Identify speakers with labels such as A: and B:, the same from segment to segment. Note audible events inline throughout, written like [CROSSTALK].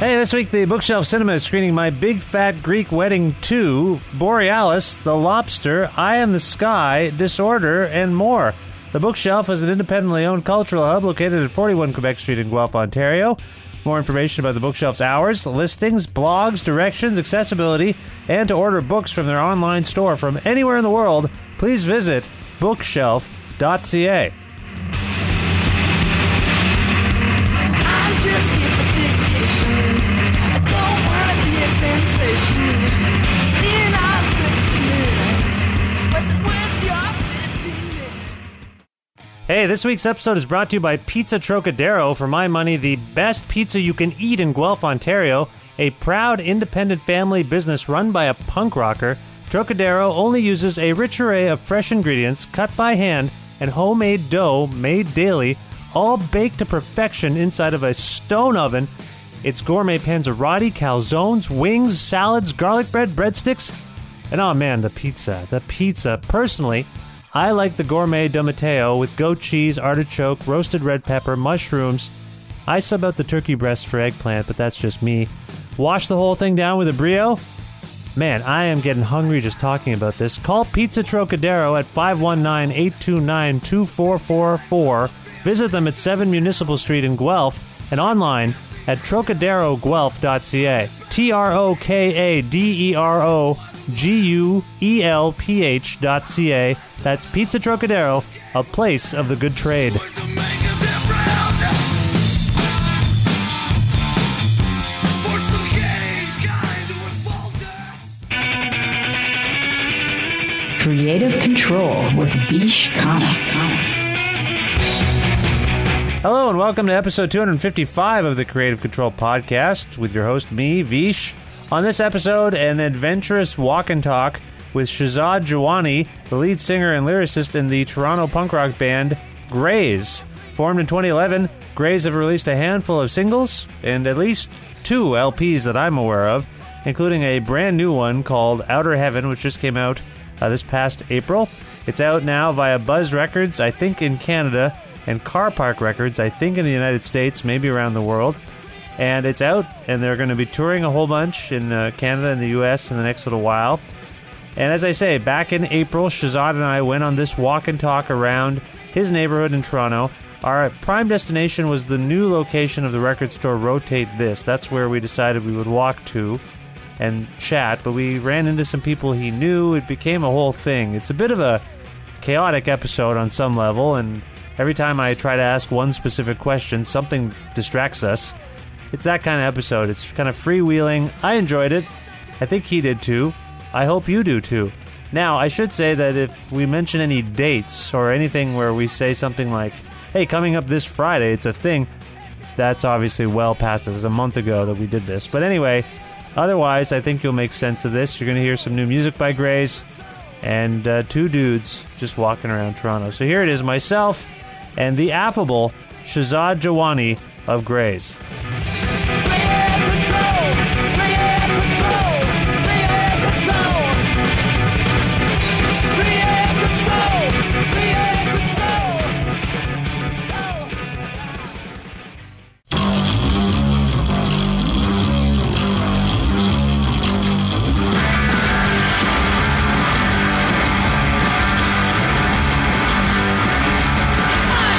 A: Hey, this week the Bookshelf Cinema is screening My Big Fat Greek Wedding 2, Borealis, The Lobster, Eye in the Sky, Disorder, and more. The Bookshelf is an independently owned cultural hub located at 41 Quebec Street in Guelph, Ontario. More information about the Bookshelf's hours, listings, blogs, directions, accessibility, and to order books from their online store from anywhere in the world, please visit bookshelf.ca.
B: I'm just here for dictation. I don't wanna be a sensation. Being out 60 minutes wasn't worth your 15 minutes.
A: Hey, this week's episode is brought to you by Pizza Trocadero. For my money, the best pizza you can eat in Guelph, Ontario. A proud independent family business run by a punk rocker, Trocadero only uses a rich array of fresh ingredients cut by hand and homemade dough made daily, all baked to perfection inside of a stone oven. It's gourmet panzerotti, calzones, wings, salads, garlic bread, breadsticks. And oh man, the pizza. The pizza. Personally, I like the gourmet Domateo with goat cheese, artichoke, roasted red pepper, mushrooms. I sub out the turkey breast for eggplant, but that's just me. Wash the whole thing down with a brio. Man, I am getting hungry just talking about this. Call Pizza Trocadero at 519 829 2444. Visit them at 7 Municipal Street in Guelph and online at trocaderoguelph.ca. T R O K A D E R O G U E L P H dot C A. That's Pizza Trocadero, a place of the good trade.
B: To make a difference. For some hate, kind of revolted.
C: Creative Control with Vish Khanna.
A: Hello and welcome to episode 255 of the Creative Control Podcast with your host, me, Vish. On this episode, an adventurous walk and talk with Shazad Jawani, the lead singer and lyricist in the Toronto punk rock band Grays. Formed in 2011, Grays have released a handful of singles and at least two LPs that I'm aware of, including a brand new one called Outer Heaven, which just came out uh, this past April. It's out now via Buzz Records, I think in Canada, and Car Park Records, I think in the United States, maybe around the world. And it's out, and they're going to be touring a whole bunch in uh, Canada and the U.S. in the next little while. And as I say, back in April, Shazad and I went on this walk and talk around his neighborhood in Toronto. Our prime destination was the new location of the record store Rotate This. That's where we decided we would walk to and chat, but we ran into some people he knew. It became a whole thing. It's a bit of a chaotic episode on some level, and every time I try to ask one specific question, something distracts us. It's that kind of episode. It's kind of freewheeling. I enjoyed it. I think he did too. I hope you do too. Now, I should say that if we mention any dates or anything where we say something like, hey, coming up this Friday, it's a thing, that's obviously well past us. It's a month ago that we did this. But anyway, otherwise, I think you'll make sense of this. You're going to hear some new music by Grays and uh, two dudes just walking around Toronto. So here it is myself and the affable Shazad Jawani of Grays.
B: Creative control. Creative control. Creative control. Creative control. Creative control. Oh. I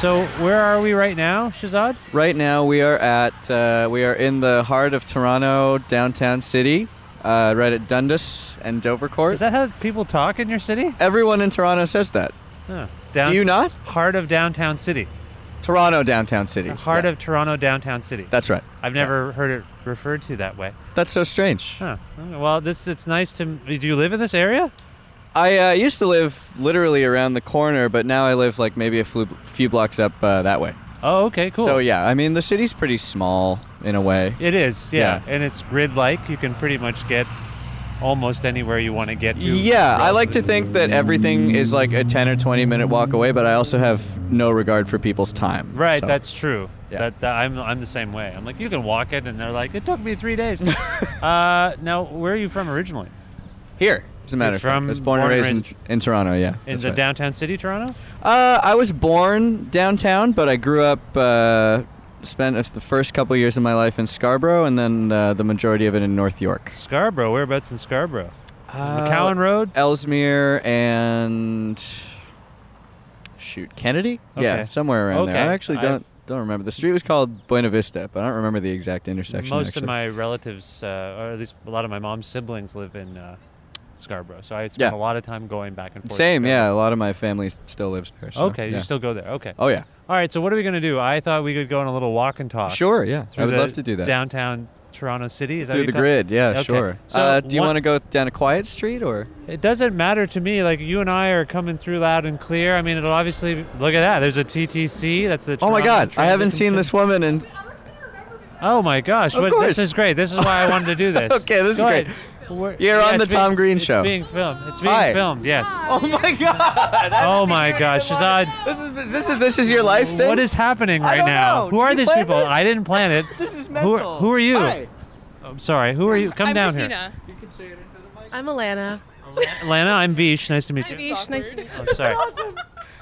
A: So where are we right now, Shazad?
D: Right now, we are at uh, we are in the heart of Toronto, downtown city, uh, right at Dundas and Dovercourt.
A: Is that how people talk in your city?
D: Everyone in Toronto says that.
A: Oh. Down-
D: Do you not?
A: Heart of downtown city.
D: Toronto, downtown city.
A: Heart
D: Yeah.
A: of Toronto downtown city.
D: That's right.
A: I've never heard it referred to that way.
D: That's so strange.
A: Huh. Well, this it's nice to. Do you live in this area?
D: I uh, used to live literally around the corner, but now I live like maybe a flu- few blocks up uh, that way.
A: Oh, okay, cool.
D: So yeah, I mean the city's pretty small in a way.
A: It is, yeah.
D: Yeah.
A: And it's grid like. You can pretty much get almost anywhere you want to get to.
D: Yeah, I like to
A: relatively-
D: think that everything is like a 10 or 20 minute walk away, but I also have no regard for people's time.
A: Right,
D: so.
A: that's true.
D: Yeah.
A: That, that- I'm, I'm the same way. I'm like, you can walk it, and they're like, it took me
D: [LAUGHS]
A: three days. uh, now, where are you from originally?
D: here. Doesn't matter.
A: You're from-
D: I was born, and
A: born and
D: raised in,
A: raised-
D: in Toronto. Yeah.
A: In
D: that's
A: the
D: right.
A: downtown city, Toronto?
D: Uh, I was born downtown, but I grew up. Uh, spent the first couple years of my life in Scarborough, and then uh, the majority of it in North York.
A: Scarborough. Whereabouts in Scarborough?
D: Uh,
A: McCowan Road?
D: Ellesmere and shoot Kennedy. Yeah,
A: Okay.
D: somewhere around
A: Okay.
D: there. I actually
A: I-
D: don't don't remember. The street was called Buena Vista, but I don't remember the exact intersection.
A: Most
D: actually.
A: of my relatives, uh, or at least a lot of my mom's siblings, live in uh, Scarborough. So I spent
D: Yeah.
A: a lot of time going back and forth. to
D: same.
A: Scarborough.
D: Yeah, a lot of my family s- still lives there. So,
A: okay,
D: yeah.
A: you still go there. Okay.
D: Oh yeah,
A: All right, so what are we going to do? I thought we could go on a little walk and talk.
D: sure. Yeah, I
A: through
D: would
A: the
D: love to do that.
A: Downtown Toronto City. Is that
D: through
A: what
D: the
A: you call it?
D: grid. Yeah,
A: Okay.
D: sure.
A: So
D: uh, do you
A: one-
D: want to go down a quiet street or?
A: It doesn't matter to me. Like you and I are coming through loud and clear. I mean, it'll obviously look at that. There's a TTC. That's the.
D: Oh my
A: Toronto
D: God! I
A: Transit
D: haven't seen
A: Commission.
D: this woman in.
A: Oh my gosh!
D: Of
A: what-
D: course.
A: This is great. This is why I wanted to
D: [LAUGHS]
A: do this.
D: Okay, this is
A: Go
D: great.
A: ahead. We're-
D: You're on the
A: it's
D: Tom Green
A: it's
D: Show.
A: being filmed. It's being
D: Hi.
A: filmed. Yes.
D: Oh my God!
A: Oh my gosh! Shazad,
D: This is this is this is your life thing.
A: what is happening
D: I
A: right
D: don't
A: now?
D: know.
A: Who
D: Did
A: are
D: you
A: these
D: plan
A: people?
D: this?
A: I didn't plan it.
D: [LAUGHS] This is
A: Who
D: mental.
A: are, who are you?
D: Hi.
A: I'm sorry. Who are you? Come
E: I'm
A: down
E: Christina.
D: You can say it into the mic.
E: I'm Alana.
A: here. Lana, I'm Vish. Nice to meet you.
E: Vish, nice to meet you.
A: Oh, sorry. [LAUGHS]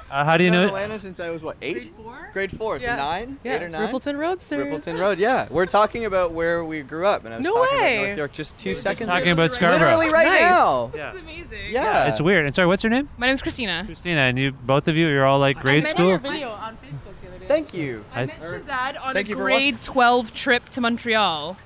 A: Uh, how do you
D: I've known
A: know?
D: Atlanta since I was what eight? Grade four. Grade four. So
E: Yeah.
D: nine.
E: Yeah,
D: Eight or nine.
E: Rippleton Roadsters.
D: Rippleton Road. Yeah, we're talking about where we grew up, and I was
E: No
D: talking
E: way.
D: about North York just two seconds
A: talking
D: ago.
A: about Scarborough.
D: Literally right
E: Nice.
D: now.
A: Yeah.
E: That's amazing.
D: Yeah.
A: It's weird. And sorry, what's your name?
E: My name's Christina.
A: Christina. And you, both of you, you're all like grade school.
E: video on Facebook the other day.
D: Thank you.
E: I,
A: I-
E: met Shazad on
D: Thank
E: a
D: you for
E: grade 12 trip to Montreal,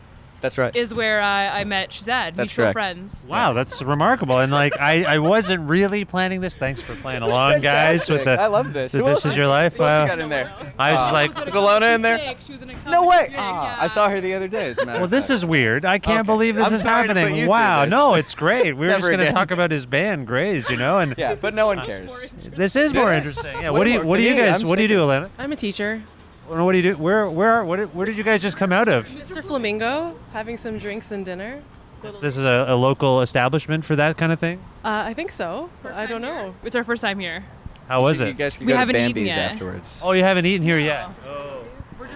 D: That's right.
E: is where I, I met Shazad.
D: That's
E: Mutual
D: correct.
E: friends.
A: Wow, that's remarkable. And like, I, I wasn't really planning this. Thanks for playing along, guys. With the
D: I love this.
A: with
D: Who
A: this
D: else
A: is your life.
D: Who else you
A: Wow.
D: got in there?
A: I was
D: Uh,
A: just like,
D: Is Alona in there?
E: She was in a
D: No
E: company
D: way.
E: sick,
D: Ah,
E: yeah.
D: I saw her the other day. As a matter
A: well,
D: of
A: this
D: fact.
A: is weird. I can't
D: Okay.
A: believe this
D: I'm
A: is
D: sorry to put you
A: happening.
D: through
A: Wow,
D: this.
A: no, it's great.
D: [LAUGHS]
A: We were just
D: Never
A: going to
D: again.
A: talk about his band, Grays, you know, and
D: [LAUGHS] Yeah, but no one cares.
A: this is more
D: Yes.
A: interesting.
D: It's
A: Yeah,
D: way
A: Uh, what do you
D: more-
A: what
D: to
A: do you
D: me,
A: guys
D: I'm
A: what do you do,
D: sick
A: Alana?
F: I'm a teacher.
A: What do you do? Where where are, what did- where did you guys just come out of?
F: Mr. Flamingo, having some drinks and dinner.
A: This is a, a local establishment for that kind of thing.
F: Uh, I think so. I don't know.
E: It's our first time here.
A: How was
D: You
A: it?
D: guys can
E: We
D: go to
E: haven't eaten
D: Bambi's
E: yet.
D: afterwards.
A: Oh, you haven't eaten here yet.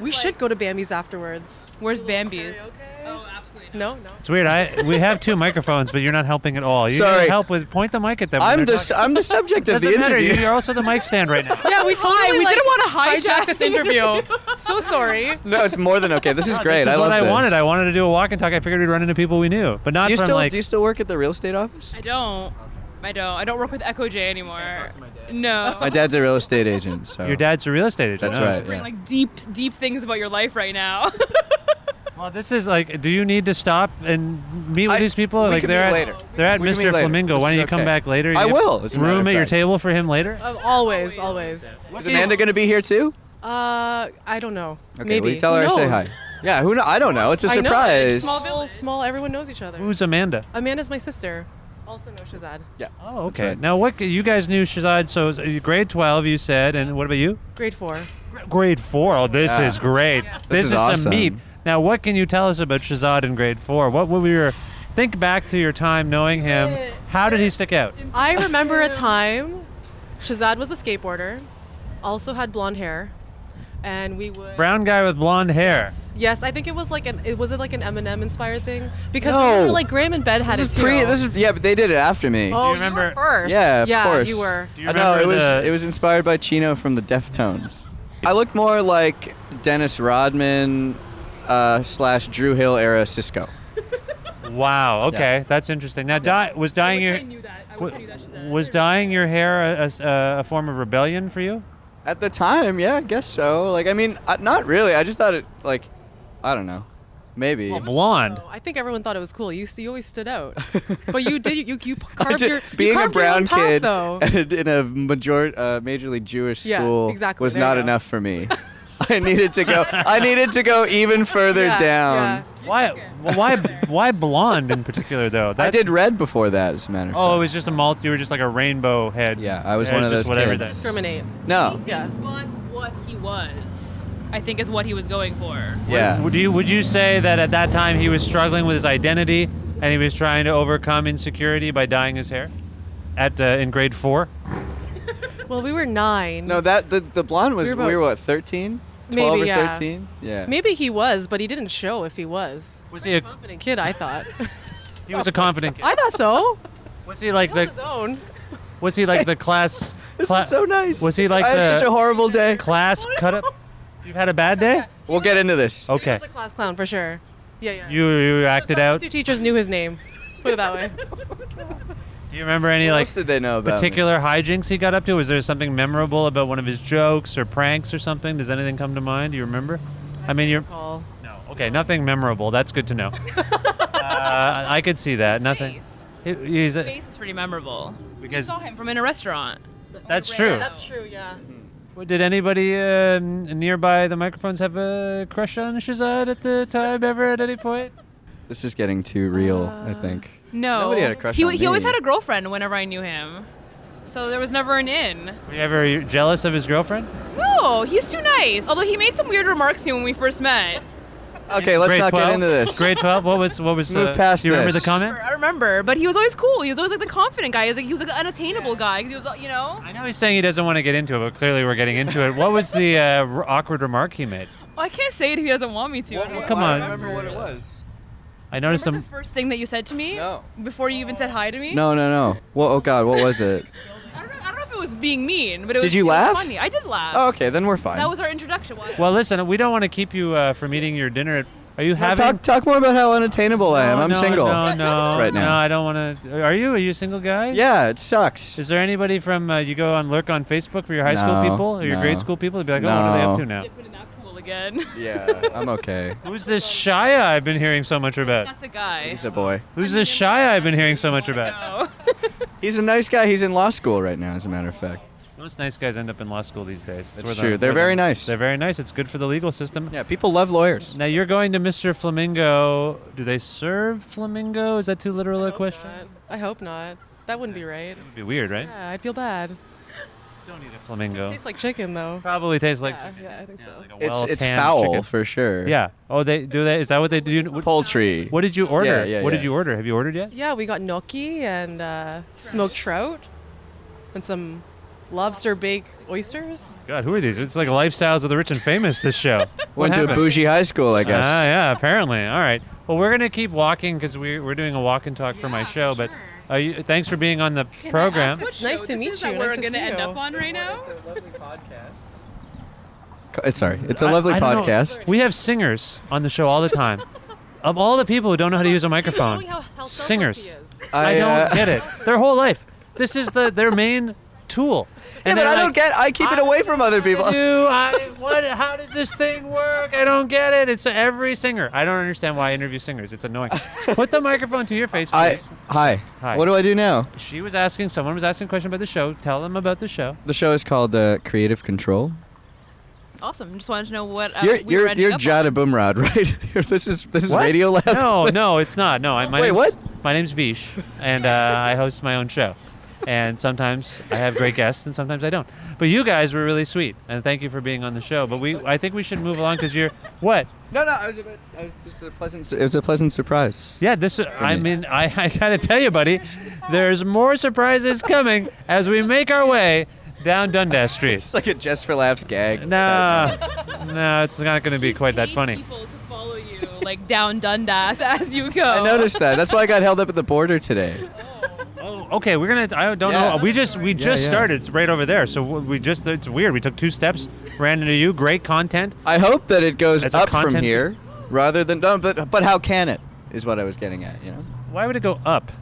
F: We should go to Bambi's afterwards.
E: Where's Bambi's? Oh, absolutely.
F: No, no.
A: It's weird. I we have
D: [LAUGHS]
A: two microphones, but you're not helping at all. You
D: Sorry.
A: need help with point the mic at them. when
D: I'm
A: they're
D: the
A: talking.
D: s- I'm the [LAUGHS] subject of
A: Doesn't
D: the
A: matter.
D: interview.
A: You're also the mic stand
D: [LAUGHS]
A: right now.
F: Yeah, we totally.
E: we
F: like,
E: didn't wanna
F: [LAUGHS]
E: hijack
F: this interview. so sorry.
D: No, it's more than okay. This
A: [LAUGHS]
D: is great.
A: This is
D: I love
A: what I
D: this.
A: wanted. I wanted to do a walk and talk. I figured we'd run into people we knew, but not
D: do you
A: from
D: still
A: like.
D: do you still work at the real estate office?
E: I don't. I don't. I don't work with Echo J anymore. No.
D: My dad's a real estate agent, so
A: your dad's a real estate agent. Oh.
D: That's
A: huh?
D: right.
E: Bring
D: yeah.
E: like deep, deep things about your life right
D: [LAUGHS]
E: now.
A: Well, this is like. Do you need to stop and meet with
D: I-
A: these people?
D: we
A: like
D: can
A: they're
D: meet
A: at
D: later.
A: they're at
D: We can meet
A: Mr.
D: later.
A: Flamingo.
D: This
A: Why
D: is
A: don't you come
D: okay.
A: back later?
D: I
A: You have
D: will, as a matter of
A: Room at your
D: fact.
A: table for him later.
F: [LAUGHS] Uh, always, always.
D: Is Amanda going to be here too?
F: Uh, I don't know.
D: Okay,
F: Maybe.
D: we tell
F: Who
D: her I say hi.
F: knows?
D: Yeah, who know? I don't know. It's a
F: I know.
D: surprise.
F: Small village. Small. Everyone knows each other.
A: Who's Amanda?
F: Amanda's my sister. Also knows Shazad.
D: Yeah.
A: Oh,
D: That's
A: okay.
D: right.
A: Now, what you guys knew Shazad? So, it was grade twelve, you said, and what about you?
F: Grade four.
A: Grade four. Oh, this
D: Yeah.
A: is great. This,
D: This
A: is,
D: is
A: some
D: awesome.
A: meat. Now, what can you tell us about Shazad in grade four? What were your think back to your time knowing him? How did he stick out?
F: I remember a time Shazad was a skateboarder, also had blonde hair, and we would.
A: Brown guy with blonde hair.
F: Yes, I think it was like an it was it like an Eminem inspired thing because I
D: No.
F: remember, like Graham and Ben had
D: This
F: it
D: is
F: too.
D: pre. This is yeah, but they did it after me.
F: oh,
A: you remember-
F: you were first.
D: Yeah, of course.
F: you were.
A: Do you
D: Uh, no,
A: remember
D: it was
A: the-
D: it was inspired by Chino from the Deftones. I looked more like Dennis Rodman uh, slash Drew Hill era
A: [LAUGHS]
D: Cisco.
A: Wow. Oh, Okay, that's interesting. Now, di- was dyeing your
E: that. I
A: wa- was dyeing your hair a, a s- a- a form of rebellion for you?
D: At the time, yeah, I guess so. Like, I mean, I, not really. I just thought it, like, I don't know, maybe
F: Well, it was
A: blonde.
F: I think everyone thought it was cool. You you always stood
D: [LAUGHS]
F: out, but you did you you
D: I
F: carved
D: did-
F: your
D: being
F: you
D: a
F: carved your own
D: brown
F: path,
D: kid
F: though.
D: [LAUGHS] and in a major, uh, majorly Jewish
F: Yeah,
D: school
F: exactly,
D: was
F: there you
D: not
F: go.
D: enough
F: [LAUGHS]
D: for me. I needed to go. I needed to go even further
F: Yeah,
D: down.
A: Why? well, Why? Why blonde in particular though?
D: I did red before that, as a matter of
A: Oh, it was just a malt. You were just like a rainbow head. Yeah,
D: I was one of those
A: whatever
D: kids.
A: that-
E: Discriminate.
D: No.
F: Yeah.
E: But what he was, I think, is what he was going for.
D: Yeah.
A: Would you would you say that at that time he was struggling with his identity and he was trying to overcome insecurity by dyeing his hair? At uh, in grade four.
F: Well, we were nine.
D: fact. No, that the the blonde was.
F: We
D: We
F: were
D: were,
F: about-
D: what, 13, 12
F: Maybe
D: or
F: yeah.
D: 13? Yeah.
F: Maybe he was, but he didn't show if he was.
A: Was he a
F: confident kid? I thought.
A: [LAUGHS] he was a confident kid.
F: I thought
A: [LAUGHS]
F: so.
A: Was he like the
F: His own.
A: was he like the class?
D: [LAUGHS] This
A: cla-
D: is so nice.
A: Was he like
D: I
A: the
D: had such a horrible day.
A: class cut up? You've had a bad day.
D: We'll get into this.
A: Okay.
F: He's a class clown for sure. Yeah, yeah.
A: You you acted out.
F: Two teachers knew his name. Put it that
A: [LAUGHS]
F: way.
A: Do you remember any
D: What
A: like
D: else did they know about me?
A: particular hijinks he got up to? Was there something memorable about one of his jokes or pranks or something? Does anything come to mind? Do you remember? I, mean, you're
F: Paul.
A: no okay. Nothing memorable. That's
E: [LAUGHS]
A: good to know. uh, I could see that. nothing. He- he's a-
E: His face is pretty memorable.
A: Because-
E: we saw him from in a restaurant.
A: that's true.
F: That's true. Yeah.
D: Hmm.
A: Did anybody uh, nearby the microphones have a crush on Shazad at the time ever at any point?
D: This is getting too real.
F: Uh,
D: I think.
E: No.
D: Nobody had a crush
E: he,
D: on
E: he always
D: me.
E: had a girlfriend whenever I knew him. So there was never an in.
A: Were you ever jealous of his girlfriend?
E: No, he's too nice. Although he made some weird remarks to me when we first met.
D: Okay, let's
A: Grade
D: not
A: 12?
D: get into this.
A: Grade twelve. What was what was?
D: Move
A: uh,
D: past
A: Do you remember
D: this.
A: the comment?
E: I remember, but he was always cool. He was always like the confident guy. He was like he was like the unattainable guy. 'cause He was, uh, you know.
A: I know he's saying he doesn't want to get into it, but clearly we're getting into it. What was the uh, r- awkward remark he made?
E: Well, I can't say it if he doesn't want me to. I don't
A: Well,
E: know.
A: come on.
D: what it was.
A: I noticed
E: Remember
A: him.
E: the first thing that you said to me?
D: No.
E: Before you even said hi to me?
D: No, no, no. Well, oh God, what was it?
E: I don't, know, I don't know if it was being mean, but it was,
D: Did you
E: it was
D: laugh?
E: funny. I did laugh.
D: Oh, okay, then we're fine.
E: Uh, That was our introduction. Why-
A: Well, listen, we don't want to keep you uh, from eating your dinner. At, are you
D: Now
A: [LAUGHS] having?
D: talk, talk more about how unattainable I am.
A: No,
D: I'm
A: no,
D: single.
A: No,
D: [LAUGHS]
A: no,
D: Right
A: No,
D: now.
A: I don't want to. Are you? Are you a single guy?
D: Yeah, it sucks.
A: Is there anybody from uh, you go on lurk on Facebook for your high school
D: No,
A: people or your
D: no.
A: grade school people? They'd be like, oh, what are they up
D: No.
A: to now?
E: Put in that pool again. [LAUGHS]
D: Yeah, I'm okay.
A: Who's this Shia I've been hearing so much about?
E: That's a guy.
D: He's a boy.
A: Who's this Shia I've been hearing so much about?
E: No.
D: He's a nice guy. He's in law school right now, as a matter of fact.
A: Most nice guys end up in law school these days. It's
D: That's
A: where the-
D: true. They're
A: where the-
D: very nice.
A: They're very nice. It's good for the legal system.
D: Yeah, people love lawyers.
A: Now you're going to Mr. Flamingo. Do they serve flamingo? Is that too literal a question?
F: Not- I hope not. That wouldn't be right.
A: It'd be weird, right?
F: Yeah, I'd feel bad.
A: Don't eat a flamingo.
F: Tastes like chicken though.
A: Probably tastes like
F: Yeah,
A: chicken.
F: yeah, I think so.
A: Like
D: It's
A: a
D: it's
A: well-tanned
D: foul
A: chicken.
D: for sure.
A: Yeah. Oh, they do they. Is that what they do? What,
D: Poultry.
A: what did you order?
D: Yeah, yeah,
A: what
D: yeah.
A: did you order? Have you ordered yet?
F: Yeah, we got gnocchi and uh, smoked trout and some lobster baked oysters.
A: God, who are these? It's like lifestyles of the rich and famous. This show.
D: [LAUGHS]
A: what
D: Went to a
A: happened?
D: bougie high school, I guess.
A: Ah, yeah. Apparently. All right. Well, we're gonna keep walking because we we're doing a walk and talk for my show. But uh, you, thanks for being on the program.
F: It's nice to
E: this
F: meet
E: is
F: you.
E: That we're
F: nice
E: gonna
F: to see
E: end
F: you.
E: up on right now.
D: It's sorry. It's a lovely
A: I- I don't know.
D: podcast.
A: We have singers on the show all the time. of all the people who don't know how to use a microphone,
F: showing how- how selfless he
A: singers.
F: is.
A: I,
D: uh,
A: don't get it. Their whole life. This is the their main tool.
D: Yeah,
A: And
D: but
A: they're
D: I don't
A: like,
D: get. I keep it away from other people. [LAUGHS]
A: Do I, what? How does this thing work? I don't get it. It's every singer. I don't understand why I interview singers.
D: [LAUGHS]
A: It's annoying. Put the microphone to your face,
D: I
A: please.
D: hi.
A: Hi.
D: What do I do now?
A: she was asking. Someone was asking a question about the show. Tell them about the show.
D: The show is called uh, Creative Control.
E: Awesome. Just wanted to know what uh,
D: you're
E: we were
D: you're
E: ending
D: you're
E: up
D: Jada Bumrad, [LAUGHS] right? this is this is Radio Lab.
A: No, no, it's not. No, I, my
D: Wait,
A: name's,
D: what?
A: My name's Vish, and uh, I host my own show. And sometimes I have great guests, and sometimes I don't. But you guys were really sweet, and thank you for being on the show. But we, I think we should move along because you're what?
D: [LAUGHS] No, no, I was a bit. I was, this is a pleasant. It was a pleasant surprise.
A: Yeah, this. I
D: me.
A: mean, I, I gotta tell you, buddy, there's more surprises coming as we make our way down Dundas Street.
D: It's like a just for laughs gag.
A: No, no, it's not gonna be quite that
E: Pay
A: funny.
E: People to follow you like down Dundas [LAUGHS] as you go.
D: I noticed that. That's why I got held up at the border today.
A: Oh, okay. We're gonna. I don't
D: Yeah.
A: know. We just we just
D: yeah.
A: started. It's right over there. So we just. It's weird. We took two steps, ran into you. Great content.
D: I hope that it goes
A: As a
D: up from
A: content-
D: here rather than down. But but how can it? Is what I was getting at. You know.
A: Why would it go up?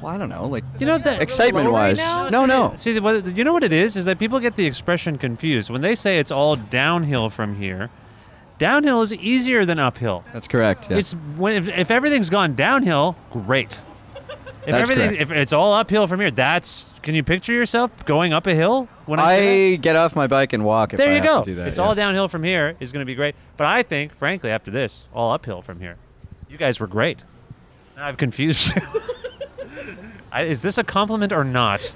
D: Well, I don't know. Like
A: You know that
D: excitement wise. no, no.
A: See, what, you know what it is is that people get the expression confused when they say it's all downhill from here. Downhill is easier than uphill.
D: That's correct. yeah.
A: It's when if, if everything's gone downhill, great. If
D: That's
A: everything if it's all uphill from here, that's can you picture yourself going up a hill when I, say that?
D: I get off my bike and walk. If
A: there
D: I
A: you
D: have
A: go.
D: To do that,
A: it's
D: yeah.
A: all downhill from here is going to be great. But I think, frankly, after this, all uphill from here. You guys were great. Now I've confused you. [LAUGHS] I, is this a compliment or not?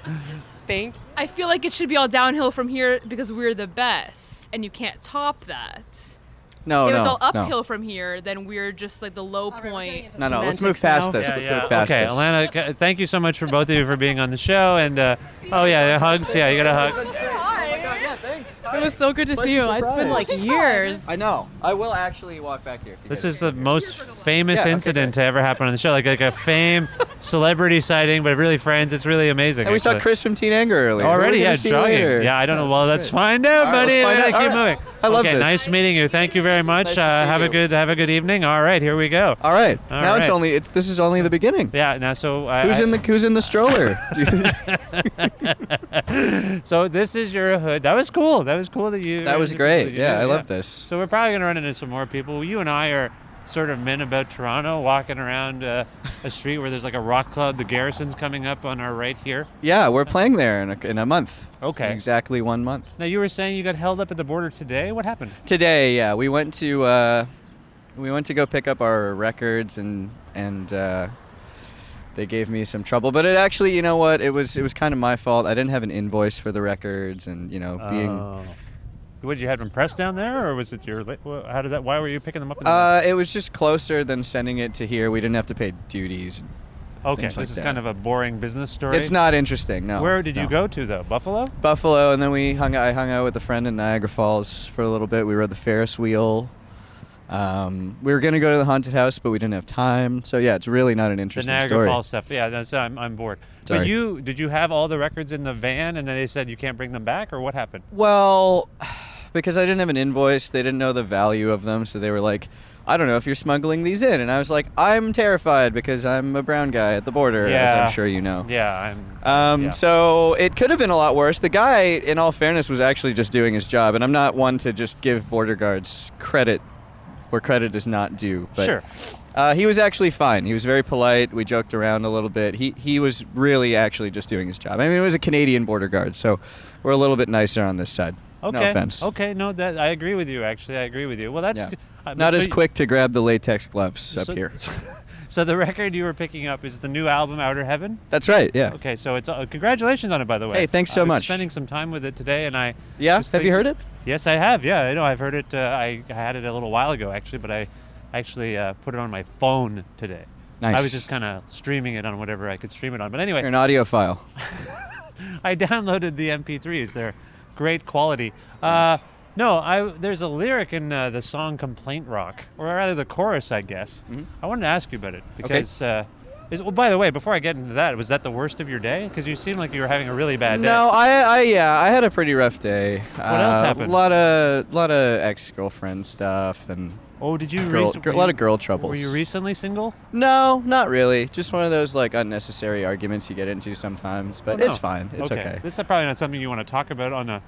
F: Thank you.
E: I feel like it should be all downhill from here because we're the best, and you can't top that.
D: No,
E: if
D: no,
E: it's all
D: no.
E: uphill from here, then we're just like the low point.
D: No, no. Let's move past this. Let's move past
A: Okay,
D: this.
A: Alana, c- thank you so much for both of you for being on the show. And uh, oh yeah, yeah, hugs. Yeah, you got a hug.
D: Oh
F: It was so good to see you. It's been like years.
D: I know. I will actually walk back here. If you
A: This
D: guys-
A: is the most famous
D: Yeah, okay,
A: incident to ever happen on the show. Like like a fame celebrity sighting, but really friends. It's really amazing.
D: And we saw
A: actually.
D: Chris from Teen Anger earlier. We're
A: Already, yeah,
D: gonna see you
A: jogging.
D: later.
A: Yeah, I don't know.
D: Yes,
A: Well,
D: that's
A: let's
D: good.
A: find out,
D: All right, let's
A: buddy.
D: find out.
A: We're gonna keep
D: All right.
A: moving.
D: I love
A: okay,
D: this.
A: Nice meeting you. Thank you very much.
D: Nice to
A: uh,
D: see
A: have a
D: you.
A: good have a good evening. All right, here we go.
D: All right.
A: All
D: now it's
A: right.
D: only it's this is only the beginning.
A: Yeah. Now, so I,
D: Who's
A: I-
D: in the who's in the stroller? Do you-
A: [LAUGHS] so this is your hood. That was cool. That was cool that you.
D: That was
A: you-
D: great.
A: you
D: Yeah,
A: did,
D: I love this.
A: So we're probably gonna run into some more people. You and I are sort of men about Toronto, walking around uh, a street where there's like a rock club. The Garrison's coming up on our right here.
D: yeah, we're playing there in a, in a month.
A: Okay.
D: In exactly one month.
A: Now you were saying you got held up at the border today. What happened?
D: Today, yeah, we went to uh, we went to go pick up our records and and uh, they gave me some trouble. But it actually, you know what? It was it was kind of my fault. I didn't have an invoice for the records, and you know, being
A: Oh. What did you have them pressed down there, or was it your? li- wha- How did that? Why were you picking them up? In the
D: Uh, it was just closer than sending it to here. We didn't have to pay duties.
A: okay,
D: things
A: this
D: like
A: is
D: that.
A: kind of a boring business story.
D: It's not interesting. No.
A: Where did you
D: no.
A: go to though? Buffalo.
D: Buffalo, and then we hung. I hung out with a friend in Niagara Falls for a little bit. We rode the Ferris wheel. Um, we were gonna go to the haunted house, but we didn't have time. So yeah, it's really not an
A: The
D: interesting
A: Niagara
D: story.
A: Falls stuff. Yeah, that's, I'm, I'm bored. But
D: Sorry.
A: you did you have all the records in the van, and then they said you can't bring them back, or what happened?
D: Well, [SIGHS] because I didn't have an invoice, they didn't know the value of them, so they were like, "I don't know if you're smuggling these in," and I was like, "I'm terrified because I'm a brown guy at the border, as
A: Yeah.
D: I'm sure you know."
A: Yeah, I'm.
D: Um,
A: yeah.
D: So it could have been a lot worse. The guy, in all fairness, was actually just doing his job, and I'm not one to just give border guards credit where credit is not due. But,
A: Sure.
D: Uh, he was actually fine. He was very polite. We joked around a little bit. He he was really actually just doing his job. I mean, it was a Canadian border guard, so we're a little bit nicer on this side.
A: okay.
D: No offense.
A: Okay, no, that I agree with you. Actually, I agree with you. Well, that's
D: Yeah.
A: good. I mean,
D: Not
A: Uh, so
D: as
A: you-
D: quick to grab the latex gloves
A: so-
D: up here.
A: So, [LAUGHS] so the record you were picking up is the new album, Outer Heaven.
D: That's right. Yeah.
A: Okay, so it's uh, congratulations on it, by the way.
D: Hey, thanks so
A: I was
D: much.
A: Spending some time with it today, and I
D: Yeah. Have
A: was
D: you
A: thinking-
D: heard it?
A: Yes, I have. Yeah, I know. I've heard it. Uh, I, I had it a little while ago, actually, but I actually uh, put it on my phone today. I was
D: Nice.
A: just kind of streaming it on whatever I could stream it on. But anyway,
D: You're an audiophile.
A: I downloaded the MP3s. They're great quality. Uh, no, I, there's a lyric in uh, the song "Complaint Rock," or rather the chorus, I guess.
D: Mm-hmm.
A: I wanted to ask you about it because. Uh, is, well, by the way, before I get into that, was that the worst of your day? Because you seemed like you were having a really bad day.
D: No, I, I, yeah, I had a pretty rough day. What
A: else happened?
D: A lot of, lot of ex-girlfriend stuff, and
A: Oh, did you?
D: Girl-
A: rec-
D: gir-
A: were
D: lot
A: you-
D: of girl
A: Were
D: troubles.
A: you recently single?
D: no, not really. Just one of those like unnecessary arguments you get into sometimes, but
A: Oh,
D: it's
A: no.
D: fine. It's okay.
A: This is probably not something you want to talk about on a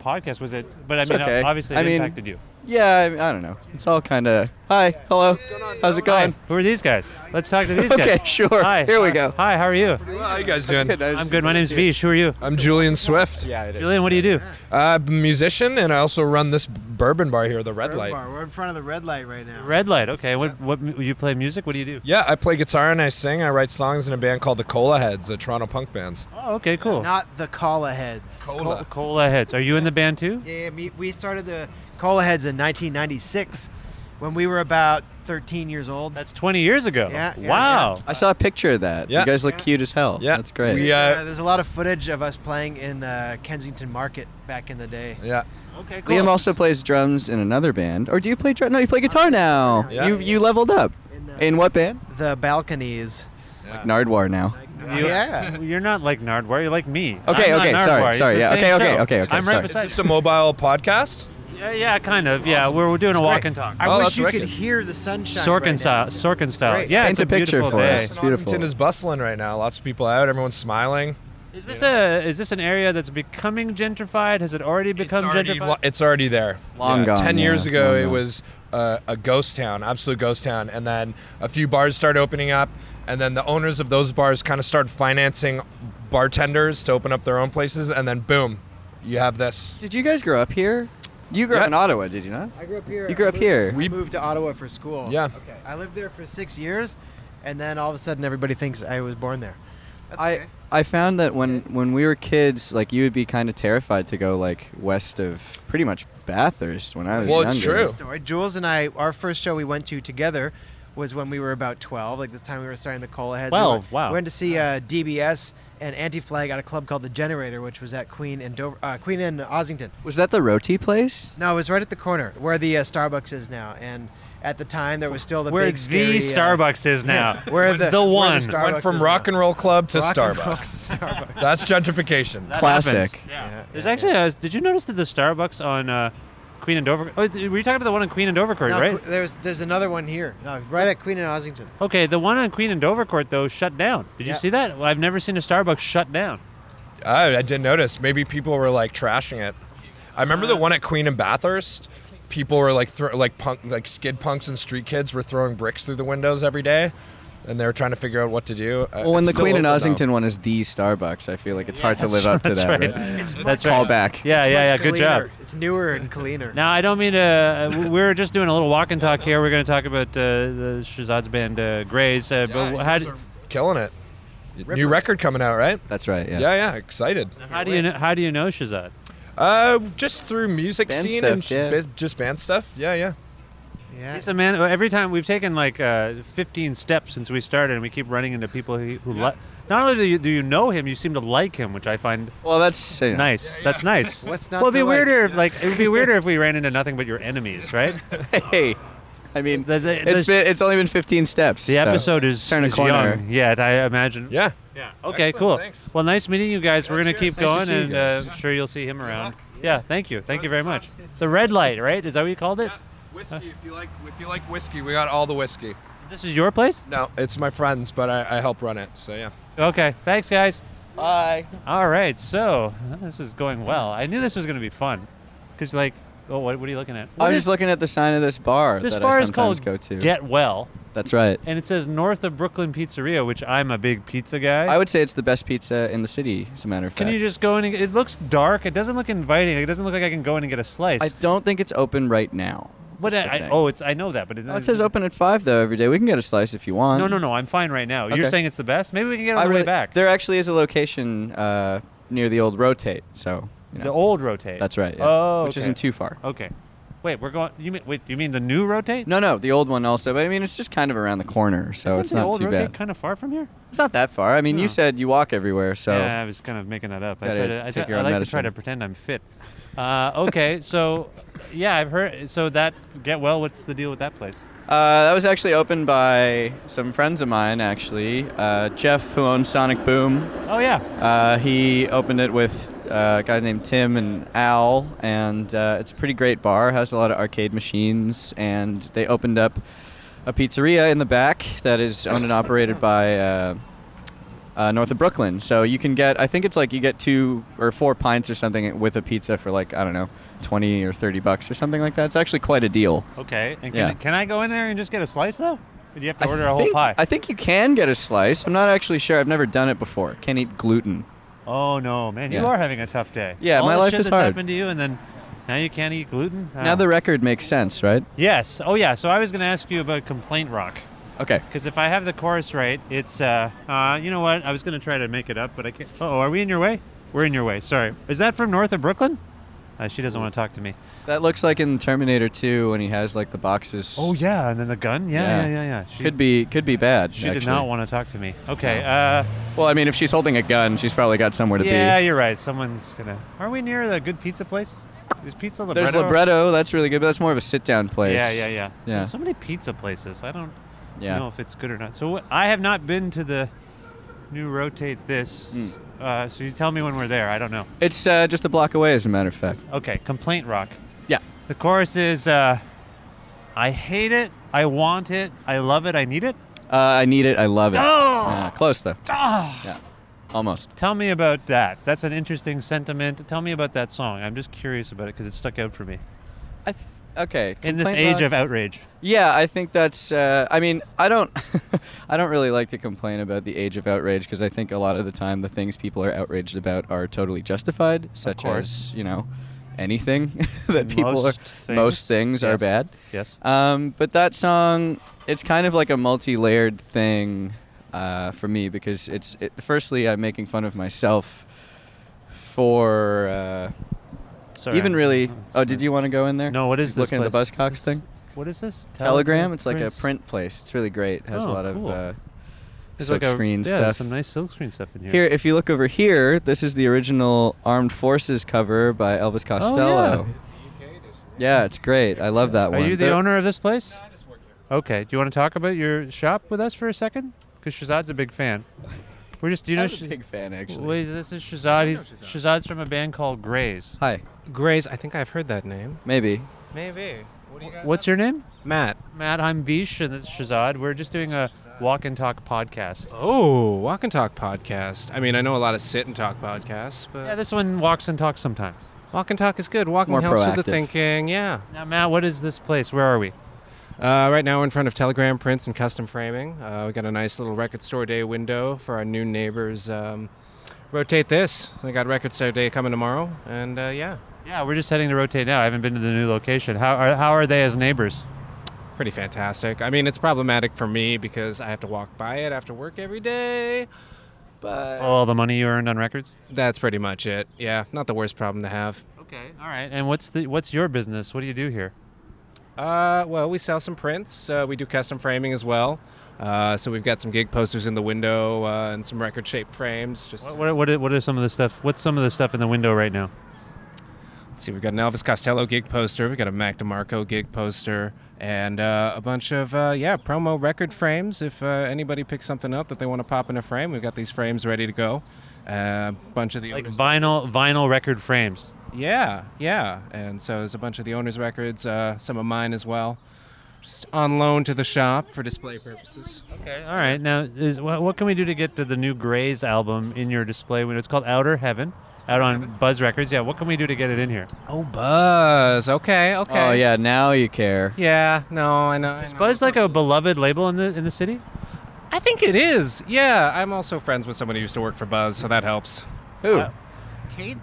A: podcast, was it? But I
D: It's
A: mean,
D: okay.
A: obviously, it
D: I mean,
A: impacted you.
D: Yeah, I, I don't know. It's all kind of hi, hello, how's it
A: Hi,
D: going?
A: who are these guys? Let's talk to these
D: [LAUGHS]
A: guys.
D: Okay, sure.
A: Hi.
D: Here we go.
A: Hi, how are you?
G: How you guys doing?
A: I'm good. My name's Vish. Who are you?
G: I'm Julian Swift. Yeah,
A: Julian, what do you do?
G: I'm a musician, and I also run this bourbon bar here, the Red Light.
H: Bar. We're in front of the red light right now.
A: Red light. Okay. What? What? mu- You play music? What do you do?
G: Yeah, I play guitar and I sing. I write songs in a band called the Cola Heads, a Toronto punk band.
A: Oh, okay. Cool.
H: Not the Cola Heads.
A: Cola. Cola heads. Are you in the band too?
H: Yeah, yeah, me, we started the Cola Heads in 1996 when we were about 13 years old.
A: That's 20 years ago.
H: Yeah, yeah,
A: wow.
D: I saw a picture of that.
G: Yeah.
D: You guys look cute as hell.
G: Yeah.
D: that's great.
G: We,
H: yeah.
G: uh,
H: there's a lot of footage of us playing in uh, Kensington Market back in the day.
G: yeah.
A: Okay. Cool.
D: Liam also plays drums in another band, or do you play drum? No, you play guitar now.
G: Yeah.
D: You you leveled up.
H: In, uh,
D: In what band?
H: The balconies.
D: Nardwar now.
A: You-
H: yeah.
A: You're not like Nardwar. You're like me.
D: Okay,
A: I'm not
D: okay,
A: Nardwar.
D: sorry,
A: It's
D: sorry,
A: the
D: yeah,
A: same
D: okay, okay,
A: show.
D: okay, okay,
A: I'm
D: sorry.
A: right beside.
G: It's a mobile podcast. Oh,
A: Yeah, yeah, kind of. Yeah, we're, we're doing a walk and talk.
H: I wish you could hear the sunshine.
A: Sorkin
H: right now.
A: style. Sorkin style. Yeah, it's a, beautiful day.
G: Arlington is bustling right now. Lots of people out. Everyone's smiling.
A: Is this a is this an area that's becoming gentrified? Has it already become
G: already
A: gentrified?
G: lo- it's already there.
D: Long
G: Yeah,
D: gone,
G: Ten
D: yeah,
G: years ago,
D: long
G: it
D: gone.
G: was uh, a ghost town, absolute ghost town, and then a few bars started opening up, and then the owners of those bars kind of started financing bartenders to open up their own places, and then boom, you have this.
D: Did you guys grow up here? You grew
G: Yeah.
D: up in Ottawa, did you not?
H: I grew up here.
D: You grew
H: I
D: up
H: moved-
D: here.
H: I moved to Ottawa for school.
D: Yeah.
H: Okay. I lived there for six years, and then all of a sudden everybody thinks I was born there. That's
D: I
H: okay.
D: I found that when when we were kids, like you would be kind of terrified to go like west of pretty much Bathurst when I was younger.
H: Story. Jules and I, our first show we went to together was when we were about 12, like this time we were starting the Cola Heads. We
A: 12,
H: went-
A: wow.
H: We went to see uh, DBS and Anti Flag at a club called The Generator, which was at Queen and Dover, uh, Queen and Ossington.
D: Was that the roti place?
H: No, it was right at the corner where the uh, Starbucks is now. And at the time, there was still the
A: Where
H: big
A: the
H: scary, uh,
A: Starbucks is now.
H: Yeah, [LAUGHS] where the
A: The
H: where
A: one.
H: the
G: Went
H: Starbucks
G: from
H: is
G: rock
H: now.
G: and roll club to
H: Rock and roll
G: Starbucks.
H: Starbucks.
G: That's gentrification.
A: That happens. Yeah. There's actually. A, did you notice that the Starbucks on uh, Queen and Dover? Oh, th- were you talking about the one on Queen and Dovercourt,
H: No,
A: right?
H: qu- There's there's another one here, no, right at Queen and Ossington.
A: Okay, the one on Queen and Dovercourt though shut down. Did
H: Yeah.
A: you see that? Well, I've never seen a Starbucks shut down.
G: I, I didn't notice. Maybe people were like trashing it. I remember
H: Uh.
G: the one at Queen and Bathurst. People were like thro- like punk like skid punks and street kids were throwing bricks through the windows every day, and they were trying to figure out what to do. Uh,
D: Well, when
G: it's
D: the
G: still
D: Queen and
G: open,
D: Ossington one is the Starbucks, I feel like it's hard to
A: That's-
D: live up to
A: that's
D: that.
A: right.
D: Right?
A: Yeah, yeah. It's
D: That's
A: much
D: call
A: better.
D: back.
A: Yeah, yeah, yeah. Good job.
H: Cleaner. It's newer and cleaner.
A: Now I don't mean to. Uh, w- we were just doing a little walk and talk here. We're going to talk about uh, the Shazad's band uh, Grays. Uh, but how do,
G: though. killing it. New record coming out, right?
D: That's right. Yeah.
G: Yeah, yeah. Excited.
A: how do you know, how do you know Shazad?
G: Uh, just through music
A: Band
G: scene
A: stuff,
G: and sh-
A: yeah.
G: bi- just band stuff. Yeah, yeah.
H: Yeah.
A: He's a man. Every time we've taken like uh, 15 steps since we started, and we keep running into people who, who li- not only do you, do you know him, you seem to like him, which I find
D: well, that's
A: nice. That's
G: [LAUGHS]
A: nice.
H: What's not
A: well, it'd be
H: to like?
A: weirder if like it would be weirder if we ran into nothing but your enemies, right?
D: hey, I mean,
A: the, the,
D: It's been it's only been 15 steps.
A: The episode is,
D: turn a
A: is
D: corner.
A: young yet, I imagine.
G: Yeah.
A: Yeah. Okay.
G: Excellent,
A: cool.
G: thanks.
A: Well, nice meeting you guys. We're gonna keep
G: Nice
A: going,
G: to see you
A: and
G: guys.
A: uh, I'm sure you'll see him around. Yeah. Thank you. Thank you very much. The red light, right? Is that what you called it?
G: Whiskey. If you like, if you like whiskey, we got all the whiskey.
A: This is your place?
G: No, it's my friend's, but I, I help run it. So yeah.
A: Okay. Thanks, guys.
D: Bye.
A: All right. So this is going well. I knew this was gonna be fun, cause like, oh, what, what are you looking
D: I
A: at? What
D: was
A: is-
D: just looking at the sign of this bar
A: This
D: that
A: bar
D: I
A: is
D: sometimes
A: called
D: go to.
A: Get Well,
D: That's right.
A: and it says North of Brooklyn Pizzeria, which I'm a big pizza guy.
D: I would say it's the best pizza in the city, as a matter of
A: Can
D: fact.
A: you just go in? And, it looks dark. It doesn't look inviting. It doesn't look like I can go in and get a slice.
D: I don't think it's open right now.
A: But
D: That's the
A: I, I,
D: thing.
A: oh, it's I know that, but it,
D: Well, it says open at five though every day. We can get a slice if you want.
A: No, no, no. I'm fine right now. You're
D: Okay.
A: saying it's the best. Maybe we can get it on
D: I
A: the way
D: really-
A: back.
D: There actually is a location uh, near the old rotate. So you know.
A: The old rotate.
D: That's right. yeah.
A: Oh,
D: which
A: okay.
D: isn't too far.
A: Okay. Wait, we're going. You mean wait? You mean the new rotate?
D: No, no, the old one also. But I mean, it's just kind of around the corner, so
A: Isn't
D: it's
A: the
D: not
A: old
D: too
A: rotate
D: bad.
A: kind of far from here?
D: It's not that far. I mean,
A: No.
D: you said you walk everywhere, so
A: yeah, I was kind of making that up. I,
D: Gotta
A: try to, I,
D: take
A: try-
D: your
A: I
D: own
A: like to try to
D: medicine.
A: pretend I'm fit. Uh, okay, [LAUGHS] so yeah, I've heard. So that get well. What's the deal with that place?
D: Uh, that was actually opened by some friends of mine, actually. Uh, Jeff, who owns Sonic Boom.
A: Oh, yeah.
D: Uh, he opened it with uh, a guy named Tim and Al, and uh, it's a pretty great bar. Has a lot of arcade machines, and they opened up a pizzeria in the back that is owned and operated by uh, uh, north of Brooklyn. So you can get, I think it's like you get two or four pints or something with a pizza for like, I don't know, 20 or 30 bucks or something like that. It's actually quite a deal.
A: Okay, and can,
D: Yeah.
A: can I go in there and just get a slice though? Or do you have to order a
D: I
A: whole
D: think-
A: pie?
D: I think you can get a slice. I'm not actually sure. I've never done it before. Can't eat gluten.
A: Oh no, man, you
D: Yeah.
A: are having a tough day.
D: Yeah,
A: All
D: my
A: the
D: life
A: shit
D: is
A: that's
D: hard.
A: happened to you, and then now you can't eat gluten.
D: Now
A: Oh.
D: the record makes sense, right?
A: yes. Oh yeah. So I was going to ask you about complaint rock.
D: Okay.
A: Because if I have the chorus right, it's uh, uh you know what? I was going to try to make it up, but I can't. Oh, are we in your way? We're in your way. Sorry. Is that from north of Brooklyn? Uh, she doesn't want to talk to me.
D: That looks like in Terminator 2 when he has like the boxes.
A: Oh yeah, and then the gun. Yeah, yeah, yeah, yeah. She,
D: could be could be bad.
A: She did not
D: actually.
A: want to talk to me. Okay. Uh,
D: Well, I mean, if she's holding a gun, she's probably got somewhere to
A: yeah,
D: be.
A: you're right. Someone's gonna. Are we near the good pizza place? Is pizza
D: There's
A: Libretto?
D: Libretto. That's really good, but that's more of a sit-down place.
A: Yeah, yeah, yeah.
D: Yeah.
A: There's so many pizza places. I don't
D: Yeah.
A: know if it's good or not. So what, I have not been to the new rotate this.
D: Hmm.
A: Uh, so you tell me when we're there. I don't know.
D: It's uh, just a block away, as a matter of fact.
A: Okay, complaint rock.
D: Yeah.
A: The chorus is uh, I hate it, I want it, I love it, I need it.
D: Uh, I need it. I love it.
A: Oh!
D: Yeah, close though.
A: Ah.
D: Yeah, almost.
A: Tell me about that. That's an interesting sentiment. Tell me about that song. I'm just curious about it because it stuck out for me.
D: I th- okay.
A: In this
D: complaint
A: age of
D: about-
A: outrage.
D: Yeah, I think that's. Uh, I mean, I don't. [LAUGHS] I don't really like to complain about the age of outrage because I think a lot of the time the things people are outraged about are totally justified, such
A: course.
D: as you know anything [LAUGHS] that people
A: Most
D: are.
A: things.
D: Most things are
A: Yes.
D: bad.
A: Yes.
D: Um, but that song, it's kind of like a multi-layered thing uh, for me because it's. It, firstly, I'm making fun of myself for. Uh,
A: Sorry,
D: Even
A: I'm-
D: really. Oh, did you want to go in there?
A: No, what is
D: Just
A: this
D: Looking
A: place?
D: at the Buzzcocks thing.
A: What is this?
D: Telegram. It's like
A: Prints?
D: a print place. It's really great. It has
A: Oh,
D: a lot of
A: cool.
D: uh,
A: It's like
D: silk
A: a-
D: screen
A: yeah,
D: stuff.
A: some nice silk screen stuff in here.
D: Here, if you look over here, this is the original Armed Forces cover by
A: Oh,
D: Elvis Costello. yeah. it's great. I love that
A: Are
D: one.
A: you the
D: They're-
A: owner of this place? No, I just work here. Okay. Do you want to talk about your shop with us for a second? Because Shazad's a big fan. We're just, do you know?
D: I'm a
A: Sh-
D: big fan, actually.
A: Wait, this is Shazad. He's, Shazad's from a band called Grays.
D: Hi.
I: Grays, I think I've heard that name.
D: Maybe.
I: Maybe. What do you guys
A: What's your name?
I: Matt.
A: Matt, I'm Vish, and this is Shazad. We're just doing a walk and talk podcast.
I: Oh, Walk and Talk podcast. I mean, I know a lot of sit and talk podcasts, but
A: Yeah, this one walks and talks sometimes.
I: Walk and Talk is good. Walking
A: more
I: helps
A: proactive.
I: with the thinking. Yeah.
A: Now, Matt, what is this place? Where are we?
I: Uh, right now, we're in front of Telegram Prints and Custom Framing. Uh, we got a nice little record store day window for our new neighbors. Um, rotate this. They got record store day coming tomorrow, and uh, yeah,
A: Yeah, we're just heading to rotate now. I haven't been to the new location. How are, how are they as neighbors?
I: pretty fantastic. I mean, it's problematic for me because I have to walk by it after work every day. But
A: All the money you earned on records.
I: Uh, That's pretty much it. Yeah, not the worst problem to have.
A: Okay. All right. And what's the what's your business? What do you do here?
I: Uh, well, we sell some prints. Uh, we do custom framing as well. Uh, so we've got some gig posters in the window uh, and some record shaped frames. Just
A: What what, what, are, what are some of the stuff? What's some of the stuff in the window right now?
I: let's see, we've got an Elvis Costello gig poster. We've got a Mac DeMarco gig poster. And uh, a bunch of uh, yeah promo record frames. If uh, anybody picks something up that they want to pop in a frame, we've got these frames ready to go. A uh, bunch of the
A: Like vinyl vinyl record frames.
I: Yeah, yeah. And so there's a bunch of the owner's records, uh, some of mine as well, just on loan to the shop for display purposes.
A: Okay, All right. Now, is what, what can we do to get to the new Grays album in your display window? It's called Outer Heaven, out on Buzz Records. Yeah. What can we do to get it in here?
I: Oh, Buzz. Okay, okay.
D: Oh yeah, now you care.
I: Yeah, no, I know. I, know.
A: Buzz like a beloved label in the in the city.
I: I think it is. Yeah, I'm also friends with someone who used to work for Buzz, so that helps.
D: Who?
I: Uh, Kate?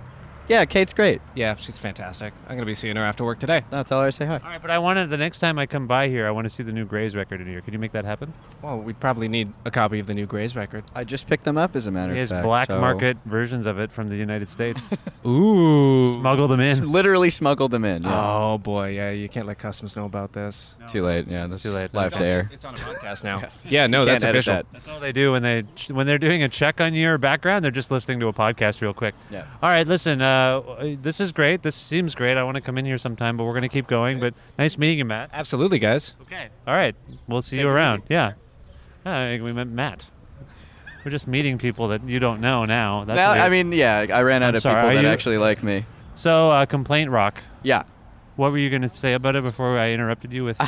D: Yeah, Kate's great.
I: Yeah, she's fantastic. I'm going to be seeing her after work today.
D: No, tell her I say hi.
A: All right, but I want to the next time I come by here, I want to see the new Grays record in here. Could you make that happen?
I: Well, we'd probably need a copy of the new Grays record.
D: I just picked them up as a matter
A: He
D: of
A: has
D: fact.
A: black
D: so-
A: market versions of it from the United States.
I: Ooh.
A: Smuggle them
D: S- [LAUGHS]
A: in.
D: Literally smuggled them in. Yeah.
I: Oh, boy. Yeah, you can't let customers know about this.
D: Too late. Yeah, that's
A: too late.
D: Live
A: It's
D: to
A: on-
D: air.
I: It's on a podcast now. yeah, no,
D: You
I: that's
D: can't edit
I: official.
D: that.
A: That's all they do when they when they're doing a check on your background. They're just listening to a podcast real quick.
D: Yeah.
A: All right, listen. Uh, this is great. This seems great. I want to come in here sometime, but we're gonna keep going. But nice meeting you, Matt.
I: Absolutely, guys.
A: Okay. All right. We'll see
I: Take
A: you
I: it
A: around. Yeah. Yeah, we met Matt. We're just meeting people that you don't know now. That's
D: now, I
A: weird.
D: mean, yeah, I ran out
A: I'm
D: of
A: sorry, are
D: people that
A: you-
D: actually like me.
A: So, uh, complaint rock.
D: Yeah.
A: What were you going to say about it before I
D: [LAUGHS]
A: interrupted you with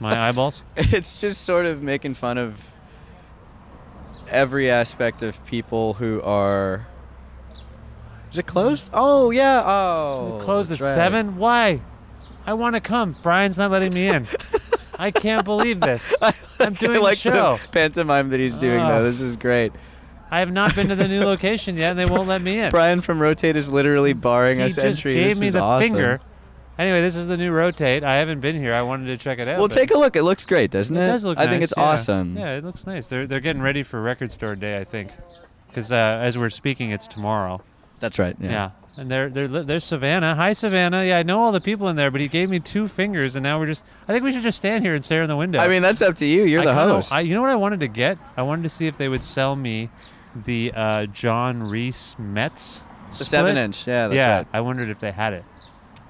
A: my eyeballs?
D: [LAUGHS] it's just sort of making fun of every aspect of people who are. Is it closed? Oh yeah. Oh.
A: Closed at
D: that's right.
A: seven. Why? I want to come. Brian's not letting me in. I can't believe this. I'm
D: [LAUGHS]
A: doing
D: I like
A: the show.
D: the pantomime that he's doing
A: Ah.
D: though. This is great.
A: I have not been to the new location yet, and they won't let me in.
D: Brian from Rotate is literally barring
A: he
D: us
A: just
D: entry.
A: gave
D: this
A: me
D: is
A: the
D: awesome.
A: finger. Anyway, this is the new rotate. I haven't been here. I wanted to check it out.
D: Well,
A: but-
D: take a look. It looks great, doesn't it?
A: It does look
D: I think
A: nice,
D: it's
A: yeah.
D: awesome.
A: Yeah, it looks nice. They're they're getting ready for Record Store Day, I think, because uh, as we're speaking, it's tomorrow.
D: That's right. Yeah.
A: And they're they're li- there's Savannah. Hi, Savannah. Yeah, I know all the people in there, but he gave me two fingers, and now we're just. I think we should just stand here and stare in the window.
D: I mean, that's up to you. You're
A: I
D: the
A: kinda-
D: host.
A: I, you know what I wanted to get? I wanted to see if they would sell me the uh, John Reese Metz.
D: The seven inch, yeah, that's
A: yeah.
D: right.
A: I wondered if they had it.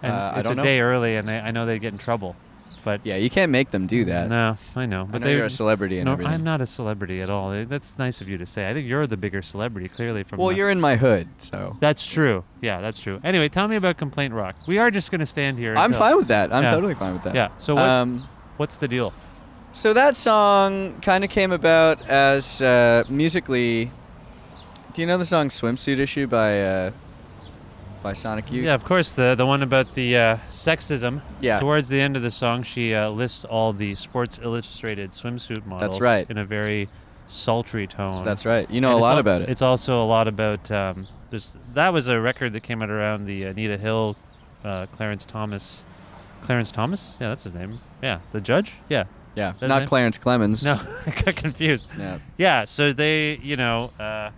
A: And
D: Uh, I
A: it's
D: don't
A: a
D: know.
A: day early, and they, I know they get in trouble. But
D: yeah, you can't make them do that.
A: Mm, No, I know.
D: But
A: But
D: I know
A: they,
D: you're a celebrity and
A: no,
D: everything.
A: I'm not a celebrity at all. Eh, That's nice of you to say. I think you're the bigger celebrity, clearly. From
D: well,
A: the-
D: you're in my hood, so
A: That's true. Yeah, that's true. Anyway, tell me about Complaint Rock. We are just going to stand here.
D: I'm
A: until-
D: fine with that. I'm
A: Yeah.
D: totally fine with that.
A: Yeah. So what,
D: Um,
A: what's the deal?
D: So that song kind of came about as uh, musically. Do you know the song "Swimsuit Issue" by uh, by Sonic Youth?
A: yeah, of course, the the one about the uh, sexism.
D: Yeah.
A: Towards the end of the song, she uh, lists all the Sports Illustrated swimsuit models.
D: right.
A: In a very sultry tone.
D: That's right. You know
A: And
D: a
A: it's
D: lot
A: al-
D: about it.
A: It's also a lot about. Um, there's, that was a record that came out around the Anita Hill, uh, Clarence Thomas. Clarence Thomas? Yeah, that's his name. Yeah, the judge. Yeah.
D: Yeah,
A: That's his
D: not
A: name?
D: Clarence Clemens.
A: No, [LAUGHS] I got confused.
D: Yeah.
A: Yeah, so they, you know, uh,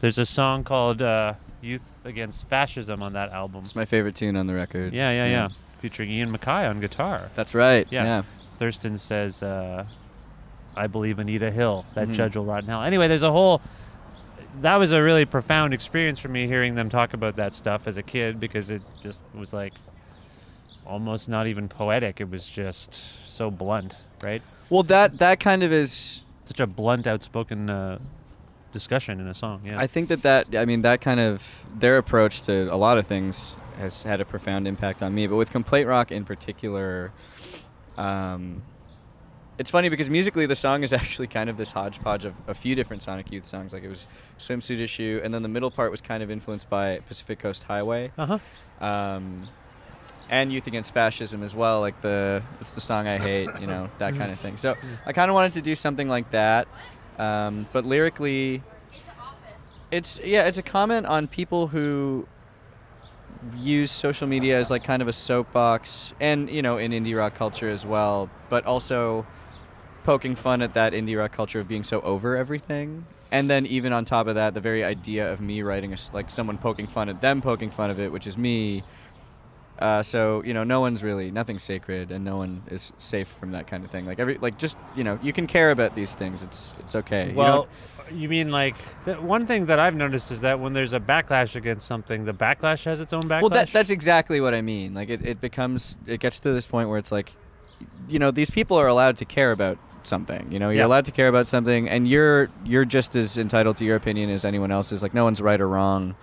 A: there's a song called uh, Youth Against Fascism on that album.
D: It's my favorite tune on the record.
A: Yeah, yeah, yeah. Featuring Ian Mackay on guitar.
D: That's right.
A: Yeah.
D: yeah.
A: Thurston says, uh, I believe Anita Hill, that
D: Mhm.
A: judge will rot in hell. Anyway, there's a whole. That was a really profound experience for me hearing them talk about that stuff as a kid because it just was like almost not even poetic. It was just so blunt, right?
D: Well, that that kind of is
A: such a blunt, outspoken uh, discussion in a song. Yeah.
D: I think that that I mean that kind of their approach to a lot of things has had a profound impact on me. But with Complete Rock in particular, um, it's funny because musically the song is [LAUGHS] actually kind of this hodgepodge of a few different Sonic Youth songs. Like it was Swimsuit Issue, and then the middle part was kind of influenced by Pacific Coast Highway.
A: Uh-huh.
D: Um, and Youth Against Fascism as well, like the it's the song I hate, you know that kind of thing. So I kind of wanted to do something like that, um, but lyrically, it's yeah, it's a comment on people who use social media as like kind of a soapbox, and you know in indie rock culture as well, but also poking fun at that indie rock culture of being so over everything. And then even on top of that, the very idea of me writing a s like someone poking fun at them poking fun of it, which is me. Uh, so you know, no one's really nothing's sacred, and no one is safe from that kind of thing. Like every like just you know, you can care about these things. It's it's okay. You
A: Well, you, mean like the one thing that I've noticed is that when there's a backlash against something, the backlash has its own backlash.
D: Well, that, that's exactly what I mean. Like it, it becomes, it gets to this point where it's like, you know, these people are allowed to care about something. You know, you're
A: Yeah.
D: allowed to care about something, and you're you're just as entitled to your opinion as anyone else is. Like no one's right or wrong.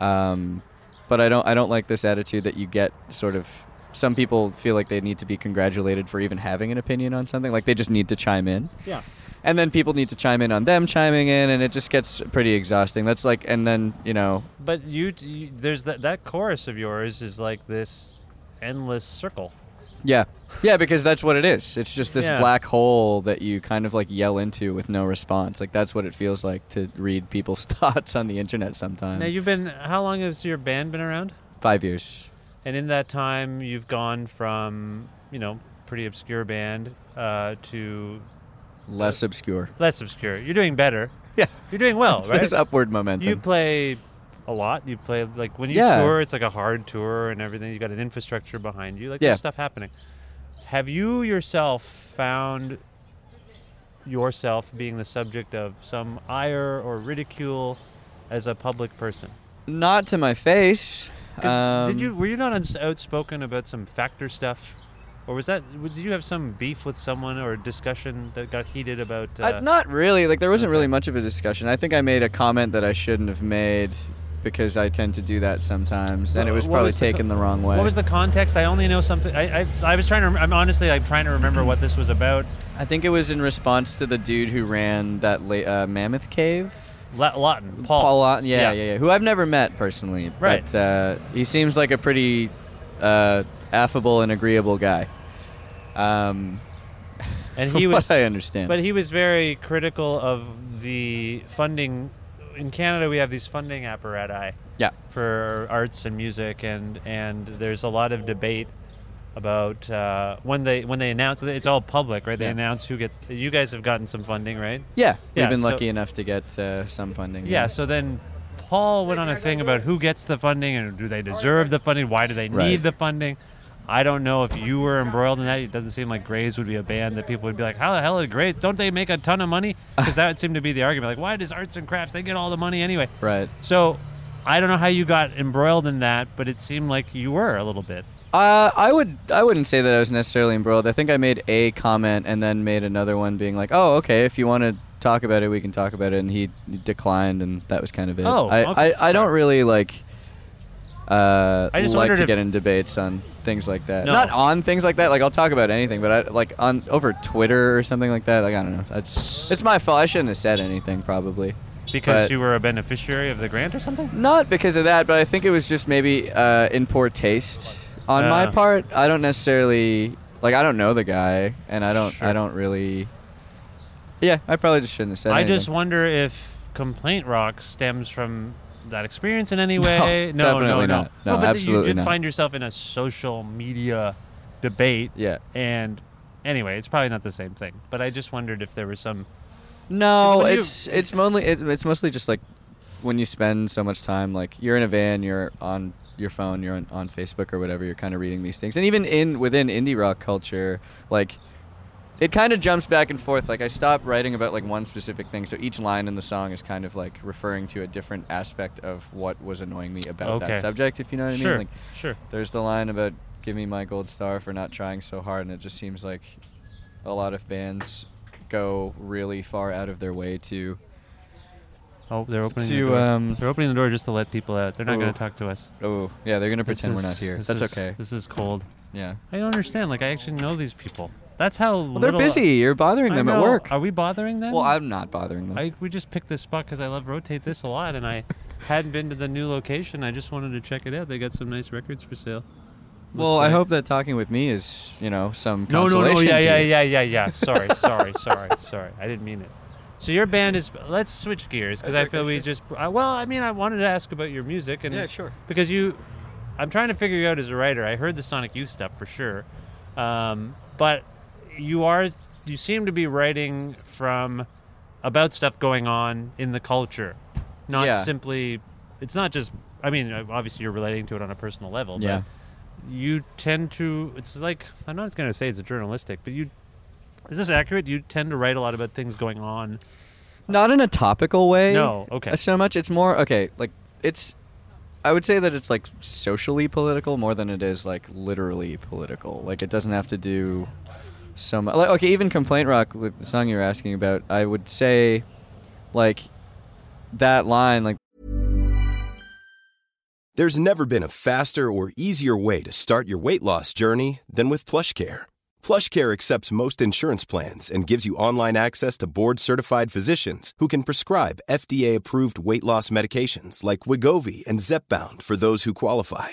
D: Um, but I don't I don't like this attitude that you get sort of. Some people feel like they need to be congratulated for even having an opinion on something. Like they just need to chime in.
A: Yeah.
D: And then people need to chime in on them chiming in, and it just gets pretty exhausting. That's like, and then you know,
A: But you, t- you there's that that chorus of yours is like this endless circle.
D: Yeah. Yeah, because that's what it is. It's just this
A: Yeah.
D: black hole that you kind of like yell into with no response. Like that's what it feels like to read people's [LAUGHS] thoughts on the internet sometimes.
A: Now you've been how long has your band been around?
D: Five years.
A: And in that time, you've gone from you know pretty obscure band uh, to
D: Less
A: Uh,
D: obscure.
A: less obscure. You're doing
D: [LAUGHS]
A: better. Yeah, you're doing well,
D: There's-
A: right?
D: there's upward momentum.
A: You play a lot. You play like when you
D: Yeah.
A: tour, it's like a hard tour and everything. You got an infrastructure behind you. Like
D: Yeah.
A: there's stuff happening. Have you yourself found yourself being the subject of some ire or ridicule as a public person?
D: Not to my face.
A: 'Cause did
D: Um,
A: you were you not uns- outspoken about some factor stuff, or was that w- did you have some beef with someone or discussion that got heated about? Uh,
D: I, not really. Like there wasn't really much of a discussion. I think I made a comment that I shouldn't have made because I tend to do that sometimes, and it
A: Wha-
D: was
A: what
D: probably
A: the co-
D: taken the, wrong way.
A: What was the context? I only know something. I, I, I was trying to. rem- I'm honestly like trying to remember what this was about.
D: I think it was in response to the dude who ran that la- uh, mammoth cave.
A: La- Lawton, Paul.
D: Paul Lawton, yeah, yeah,
A: Yeah.
D: yeah, Who I've never met personally,
A: Right.
D: But uh, he seems like a pretty uh, affable and agreeable guy. Um, [LAUGHS]
A: And
D: from
A: he was.
D: what I understand.
A: But he was very critical of the funding. In Canada, we have these funding apparati.
D: Yeah.
A: For arts and music, and and there's a lot of debate about uh, when they when they announce it's all public, right? They
D: Yeah.
A: announce who gets. You guys have gotten some funding, right?
D: yeah, we've been
A: so-
D: lucky enough to get uh, some funding.
A: Yeah, so then Paul went on a thing about who gets the funding and do they deserve the funding? Why do they need
D: Right.
A: the funding? I don't know if you were embroiled in that. It doesn't seem like Grays would be a band that people would be like, how the hell are Grays? Don't they make
D: [LAUGHS]
A: a ton of money? Because that would seem to be the argument. Like, why does arts and crafts, they get all the money anyway?
D: Right.
A: So I don't know how you got embroiled in that, but it seemed like you were a little bit.
D: Uh, I would I wouldn't say that I was necessarily embroiled. I think I made a comment and then made another one being like, "Oh, okay, if you want to talk about it, we can talk about it." And he declined, and that was kind of it.
A: Oh,
D: I,
A: okay.
D: I, I don't really like. Uh,
A: I just
D: like
A: wondered
D: to
A: if-
D: get in debates on things like that.
A: No.
D: Not on things like that. Like I'll talk about anything, but I like on over Twitter or something like that. Like I don't know. That's it's my fault. I shouldn't have said anything probably.
A: Because
D: But-
A: you were a beneficiary of the grant or something?
D: not because of that, but I think it was just maybe uh, in poor taste on my
A: Ah.
D: part. I don't necessarily like I don't know the guy, and I don't I don't really. Yeah, I probably just shouldn't have said.
A: I
D: anything.
A: just wonder if complaint rock stems from that experience in
D: [LAUGHS]
A: any way. No,
D: definitely
A: no, no.
D: not. No,
A: but
D: absolutely
A: you did
D: not.
A: find yourself in a social media debate.
D: Yeah.
A: And anyway, it's probably not the same thing. But I just wondered if there was some.
D: No,
A: When you-
D: it's it's mostly it, it's mostly just like when you spend so much time like you're in a van, you're on your phone, you're on, on Facebook or whatever, you're kind of reading these things. And even in within indie rock culture, like it kind of jumps back and forth. Like I stopped writing about like one specific thing, so each line in the song is kind of like referring to a different aspect of what was annoying me about
A: Okay.
D: that subject, if you know what I
A: Sure,
D: mean. Like
A: sure.
D: there's the line about give me my gold star for not trying so hard and it just seems like a lot of bands go really far out of their way to
A: Oh, they're opening
D: To,
A: the door.
D: um,
A: they're opening the door just to let people out. They're not going
D: Oh.
A: to talk to us.
D: Oh, yeah, they're going to
A: This
D: pretend we're
A: is-
D: not here.
A: this
D: That's
A: is-
D: okay.
A: This is cold.
D: Yeah.
A: I don't understand. Like, I actually know these people. That's how.
D: Well, they're
A: little-
D: busy. You're bothering
A: I
D: them at
A: know.
D: work.
A: Are we bothering them?
D: Well, I'm not bothering them.
A: I, we just picked this spot because I love rotate this a lot,
D: [LAUGHS]
A: and I hadn't been to the new location. I just wanted to check it out. They got some nice records for sale.
D: well,
A: Looks
D: I
A: like-
D: hope that talking with me is, you know, some
A: No, no, no.
D: um, consolation
A: Yeah,
D: to
A: yeah,
D: you.
A: yeah, yeah, yeah. Sorry, [LAUGHS] sorry, sorry, sorry. I didn't mean it. So your band is. Let's switch gears because
D: That's
A: I feel
D: okay,
A: we
D: sure.
A: just. I, well, I mean, I wanted to ask about your music and.
D: Yeah, sure.
A: Because you, I'm trying to figure you out as a writer. I heard the Sonic Youth stuff for sure, um, but you are. You seem to be writing from about stuff going on in the culture, not
D: Yeah.
A: simply. It's not just. I mean, uh, obviously, you're relating to it on a personal level.
D: Yeah.
A: But you tend to it's like i'm not going to say it's a journalistic but you is this accurate you tend to write a lot about things going on
D: Not in a topical way.
A: No, okay.
D: uh, So much. It's more okay. Like it's, I would say that it's like socially political more than it is like literally political. Like it doesn't have to do so much. Like, okay, even complaint rock, like the song you were asking about, I would say, like, that line, like.
J: There's never been a faster or easier way to start your weight loss journey than with PlushCare. PlushCare accepts most insurance plans and gives you online access to board-certified physicians who can prescribe FDA-approved weight loss medications like Wigovi and Zepbound for those who qualify.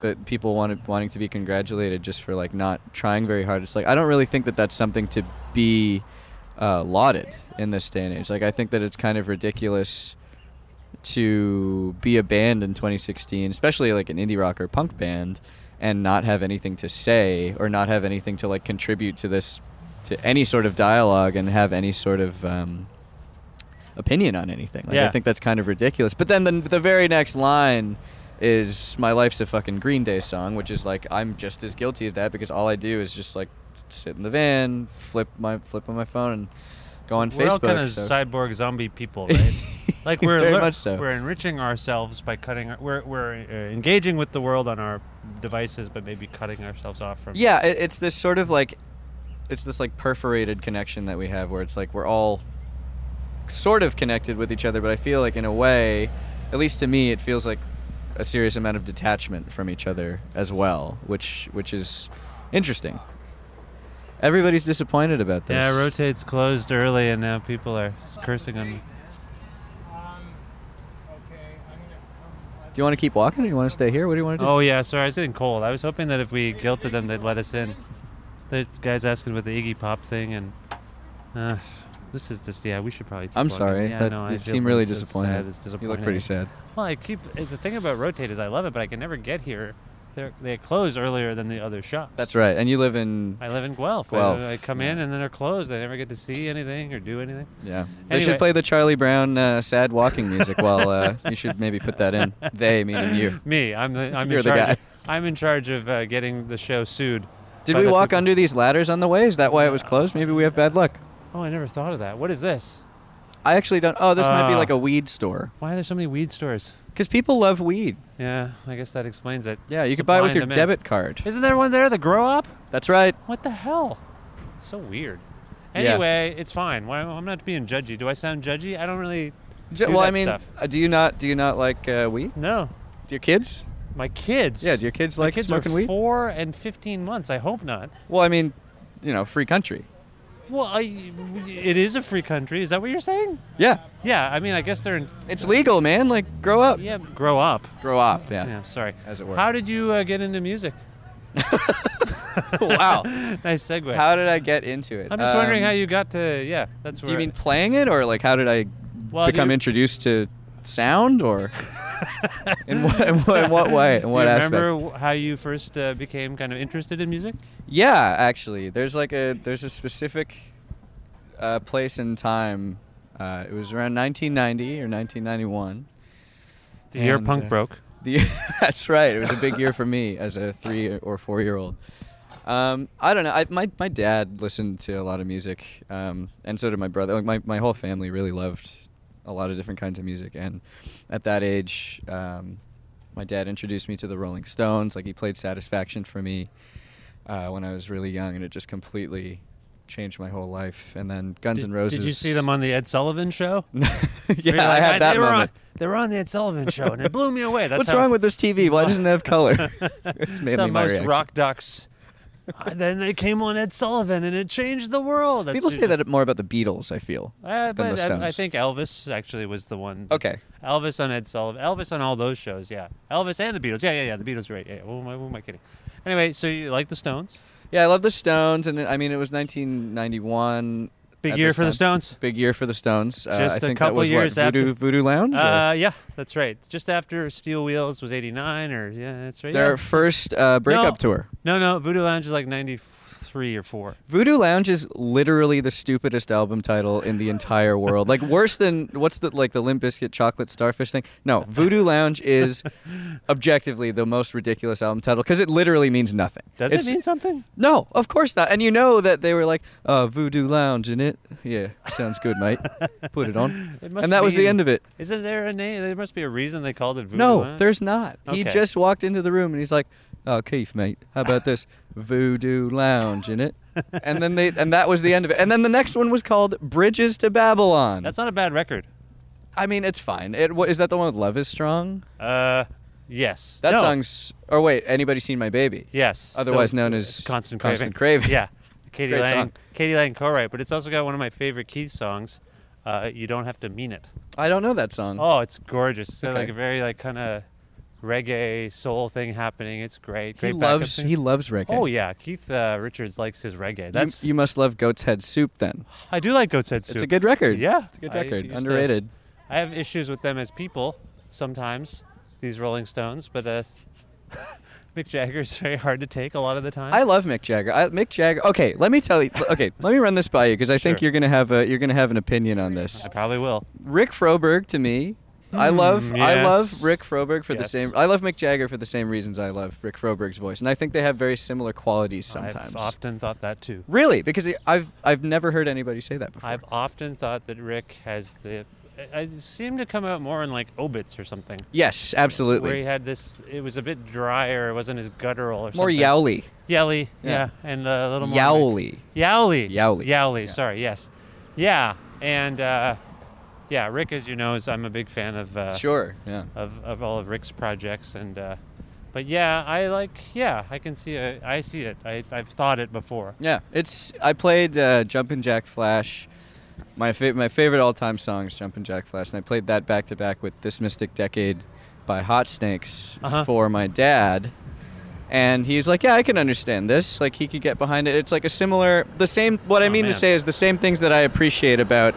D: that people wanted wanting to be congratulated just for like not trying very hard. It's like I don't really think that that's something to be uh, lauded in this day and age. Like I think that it's kind of ridiculous to be a band in 2016, especially like an indie rock or punk band, and not have anything to say or not have anything to like contribute to this to any sort of dialogue and have any sort of um, opinion on anything. Like, I
A: Yeah.
D: think that's kind of ridiculous. But then the, the very next line is "My life's a fucking Green Day song," which is like I'm just as guilty of that because all I do is just like sit in the van, flip my flip on my phone, and go on
A: we're
D: Facebook.
A: all kind of
D: so-
A: cyborg zombie
D: [LAUGHS]
A: people right like we're
D: Very
A: lear-
D: much so.
A: we're enriching ourselves by cutting our, we're, we're uh, engaging with the world on our devices but maybe cutting ourselves off from
D: Yeah, it, it's this sort of like, it's this like perforated connection that we have where it's like we're all sort of connected with each other, but I feel like in a way, at least to me, it feels like a serious amount of detachment from each other as well, which which is interesting. Everybody's disappointed about this.
A: yeah rotates closed early and now people are cursing on me
D: Do you want to keep walking or you want to stay here? What do you want to do?
A: Oh yeah, sorry, I was getting cold. I was hoping that if we guilted them, they'd let us in. The guy's asking about the Iggy Pop thing, and uh, this is just yeah. We should probably. Keep
D: I'm
A: walking.
D: sorry.
A: Yeah,
D: that,
A: no, I
D: you
A: feel
D: seem really
A: it's just
D: disappointed.
A: sad. It's
D: You look pretty sad.
A: Well, I keep uh, the thing about rotate is I love it, but I can never get here. They're, they close earlier than the other shop.
D: [LAUGHS] That's right. And you live in.
A: I live in Guelph. I-
D: Guelph.
A: I, come in and then they're closed. I never get to see anything or do anything.
D: Yeah. They
A: Anyway.
D: should play the Charlie Brown uh, sad walking music while uh, you should maybe put that
A: [LAUGHS]
D: in. They, meaning you.
A: Me, I'm the I'm
D: You're
A: in
D: the
A: charge.
D: guy.
A: Of, I'm in charge of uh, getting the show sued.
D: Did
A: by
D: we
A: the
D: walk
A: people-
D: under these ladders on the way? Is that why it was closed? Maybe we have bad luck.
A: Oh, I never thought of that. What is this?
D: I actually don't. Oh, this might be
A: Uh,
D: like a weed store.
A: Why are there so many weed stores?
D: Because people love weed.
A: Yeah, I guess that explains it.
D: Yeah, you could buy it with
A: Supply
D: your
A: and
D: debit
A: demand.
D: card.
A: Isn't there one there, the grow up?
D: That's right.
A: What the hell? It's so weird.
D: Yeah.
A: Anyway, it's fine. Why, I'm not being judgy. Do I sound judgy? I don't really.
D: J-
A: do
D: well, I
A: that
D: mean,
A: stuff.
D: uh, do you not do you not like uh, weed?
A: No.
D: Do your kids?
A: My kids.
D: Yeah, do your kids
A: My
D: like
A: kids
D: smoking
A: are
D: weed?
A: Four and fifteen months. I hope not.
D: Well, I mean, you know, free country.
A: Well, I, it is a free country. Is that what you're saying?
D: Yeah.
A: Yeah. I mean, I guess they're. In,
D: It's legal, man. Like, grow up.
A: Yeah. Grow up.
D: Grow up. Yeah.
A: Yeah, sorry.
D: As it were.
A: How did you uh, get into music?
D: [LAUGHS] wow.
A: [LAUGHS] nice segue.
D: How did I get into it?
A: I'm just wondering
D: Um,
A: how you got to. Yeah, that's.
D: Do you
A: where-
D: mean playing it, or like how did I
A: Well,
D: become
A: you-
D: introduced to sound,
A: [LAUGHS]
D: or in what in what, in what way, in what
A: do you
D: aspect?
A: remember wh- how you first uh, became kind of interested in music?
D: Yeah, actually, there's like a there's a specific uh, place and time. Uh, it was around 1990 or 1991.
A: The year
D: And, uh,
A: punk broke.
D: The, [LAUGHS] that's right. It was a big year for me as a three or four year old. Um, I don't know. I, my my dad listened to a lot of music, um, and so did my brother. Like my my whole family really loved a lot of different kinds of music, and at that age, um, my dad introduced me to the Rolling Stones. Like he played Satisfaction for me uh, when I was really young, and it just completely changed my whole life. And then Guns
A: did,
D: N' Roses.
A: Did you see them on the Ed
D: [LAUGHS]
A: Sullivan show? yeah,
D: Yeah, I had that
A: they were
D: moment.
A: On, [LAUGHS] they were on the Ed Sullivan show, and it blew me away. That's
D: What's
A: how-
D: wrong with this TV? Why doesn't it have
A: [LAUGHS]
D: color? it's
A: That's
D: mainly
A: how
D: my
A: most
D: reaction.
A: rock ducks. Uh, then they came on Ed Sullivan, and it changed the world. That's
D: People
A: who-
D: say that more about the Beatles. I feel
A: Uh,
D: than
A: but
D: the
A: I, I
D: Stones.
A: think Elvis actually was the one.
D: Okay.
A: Elvis on Ed Sullivan. Elvis on all those shows. Yeah. Elvis and the Beatles. Yeah, yeah, yeah. The Beatles were right. Yeah. yeah. Who, am I, who am I kidding? Anyway, so you like the Stones?
D: Yeah, I love the Stones, and I mean it was 1991.
A: Big
D: at
A: year
D: this
A: for the
D: time.
A: Stones?
D: Big year for the Stones. Uh,
A: Just
D: I
A: a
D: think
A: couple
D: that was
A: years
D: what, Voodoo,
A: after-
D: Voodoo Lounge. or-
A: Uh, yeah, that's right. Just after Steel Wheels was '89, or yeah, that's right.
D: Their
A: yeah.
D: first, uh, breakup
A: No.
D: tour.
A: No, no, Voodoo Lounge is like '93 or four.
D: Voodoo Lounge is literally the stupidest album title in the entire world. Like worse than what's the like the Limp Bizkit Chocolate Starfish thing? No, Voodoo Lounge
A: [LAUGHS]
D: is objectively the most ridiculous album title because it literally means nothing.
A: Does
D: It's-
A: it mean something?
D: No, of course not. And you know that they were like, uh, Voodoo Lounge in it. Yeah, sounds good, mate. Put it on.
A: [LAUGHS] It must
D: and that was the
A: mean-
D: end of it.
A: Isn't there a name? There must be a reason they called it Voodoo
D: no,
A: Lounge.
D: there's not. He
A: Okay.
D: just walked into the room and he's like, "Oh, Keith, mate, how about
A: [LAUGHS]
D: this Voodoo Lounge in it?" and then they and that was the end of it. And then the next one was called Bridges to Babylon.
A: That's not a bad record.
D: I mean, it's fine. It wa- is that the one with Love is Strong?
A: Uh, yes.
D: That
A: No.
D: song's. Or wait, anybody seen my baby?
A: Yes.
D: Otherwise
A: The-
D: known as
A: Constant Craving.
D: Constant Craving.
A: Yeah. Katie
D: Great
A: Lang.
D: song.
A: Katie Lang co-write, but it's also got one of my favorite Keith songs. Uh, you don't have to mean it.
D: I don't know that song.
A: Oh, it's gorgeous. It's got, like
D: Okay.
A: a very like kind of reggae soul thing happening. It's great.
D: He
A: Great backup
D: loves-
A: singer.
D: he loves reggae.
A: Oh yeah, Keith uh, Richards likes his reggae.
D: You-
A: That's
D: you, must love Goat's Head Soup then.
A: I do like Goat's Head Soup.
D: It's a good record.
A: Yeah,
D: it's a good
A: I
D: record.
A: used to-
D: Underrated.
A: I have issues with them as people sometimes. These Rolling Stones, but uh, [LAUGHS] Mick Jagger's [LAUGHS] very hard to take a lot of the time.
D: I love Mick Jagger. I, Mick Jagger. Okay, let me tell you. Okay, let me run this by you because I think
A: Sure.
D: you're gonna have a you're gonna have an opinion on this.
A: I probably will.
D: Rick Froberg to me. I love
A: Hmm,
D: I love
A: yes.
D: Rick Froberg for the
A: Yes.
D: same I love Mick Jagger for the same reasons I love Rick Froberg's voice and I think they have very similar qualities sometimes.
A: I've often thought that too.
D: really because he- I've I've never heard anybody say that before.
A: I've often thought that Rick has the. I- I seem to come out more in like obits or something.
D: Yes, absolutely.
A: Where he had this, it was a bit drier. It wasn't as guttural or
D: More
A: something.
D: yowly.
A: Yowly,
D: Yeah.
A: yeah, and uh, a little more.
D: Yowly.
A: Yowly.
D: Yowly.
A: Yowly. Sorry. Yes. Yeah, and uh, yeah, Rick, as you know, is I'm a big fan of. Uh,
D: Sure, yeah.
A: Of, of all of Rick's projects and. Uh, but yeah, I like. Yeah, I can see it. I see it. I, I've thought it before.
D: Yeah, it's. I played uh, Jumpin' Jack Flash. My fa- my favorite all time song is Jumpin' Jack Flash, and I played that back to back with This Mystic Decade by hot snakes
A: Uh-huh.
D: for my dad. And he's like, yeah, I can understand this. Like, he could get behind it. It's like a similar, the same, what I mean
A: Oh, man.
D: to say is the same things that I appreciate about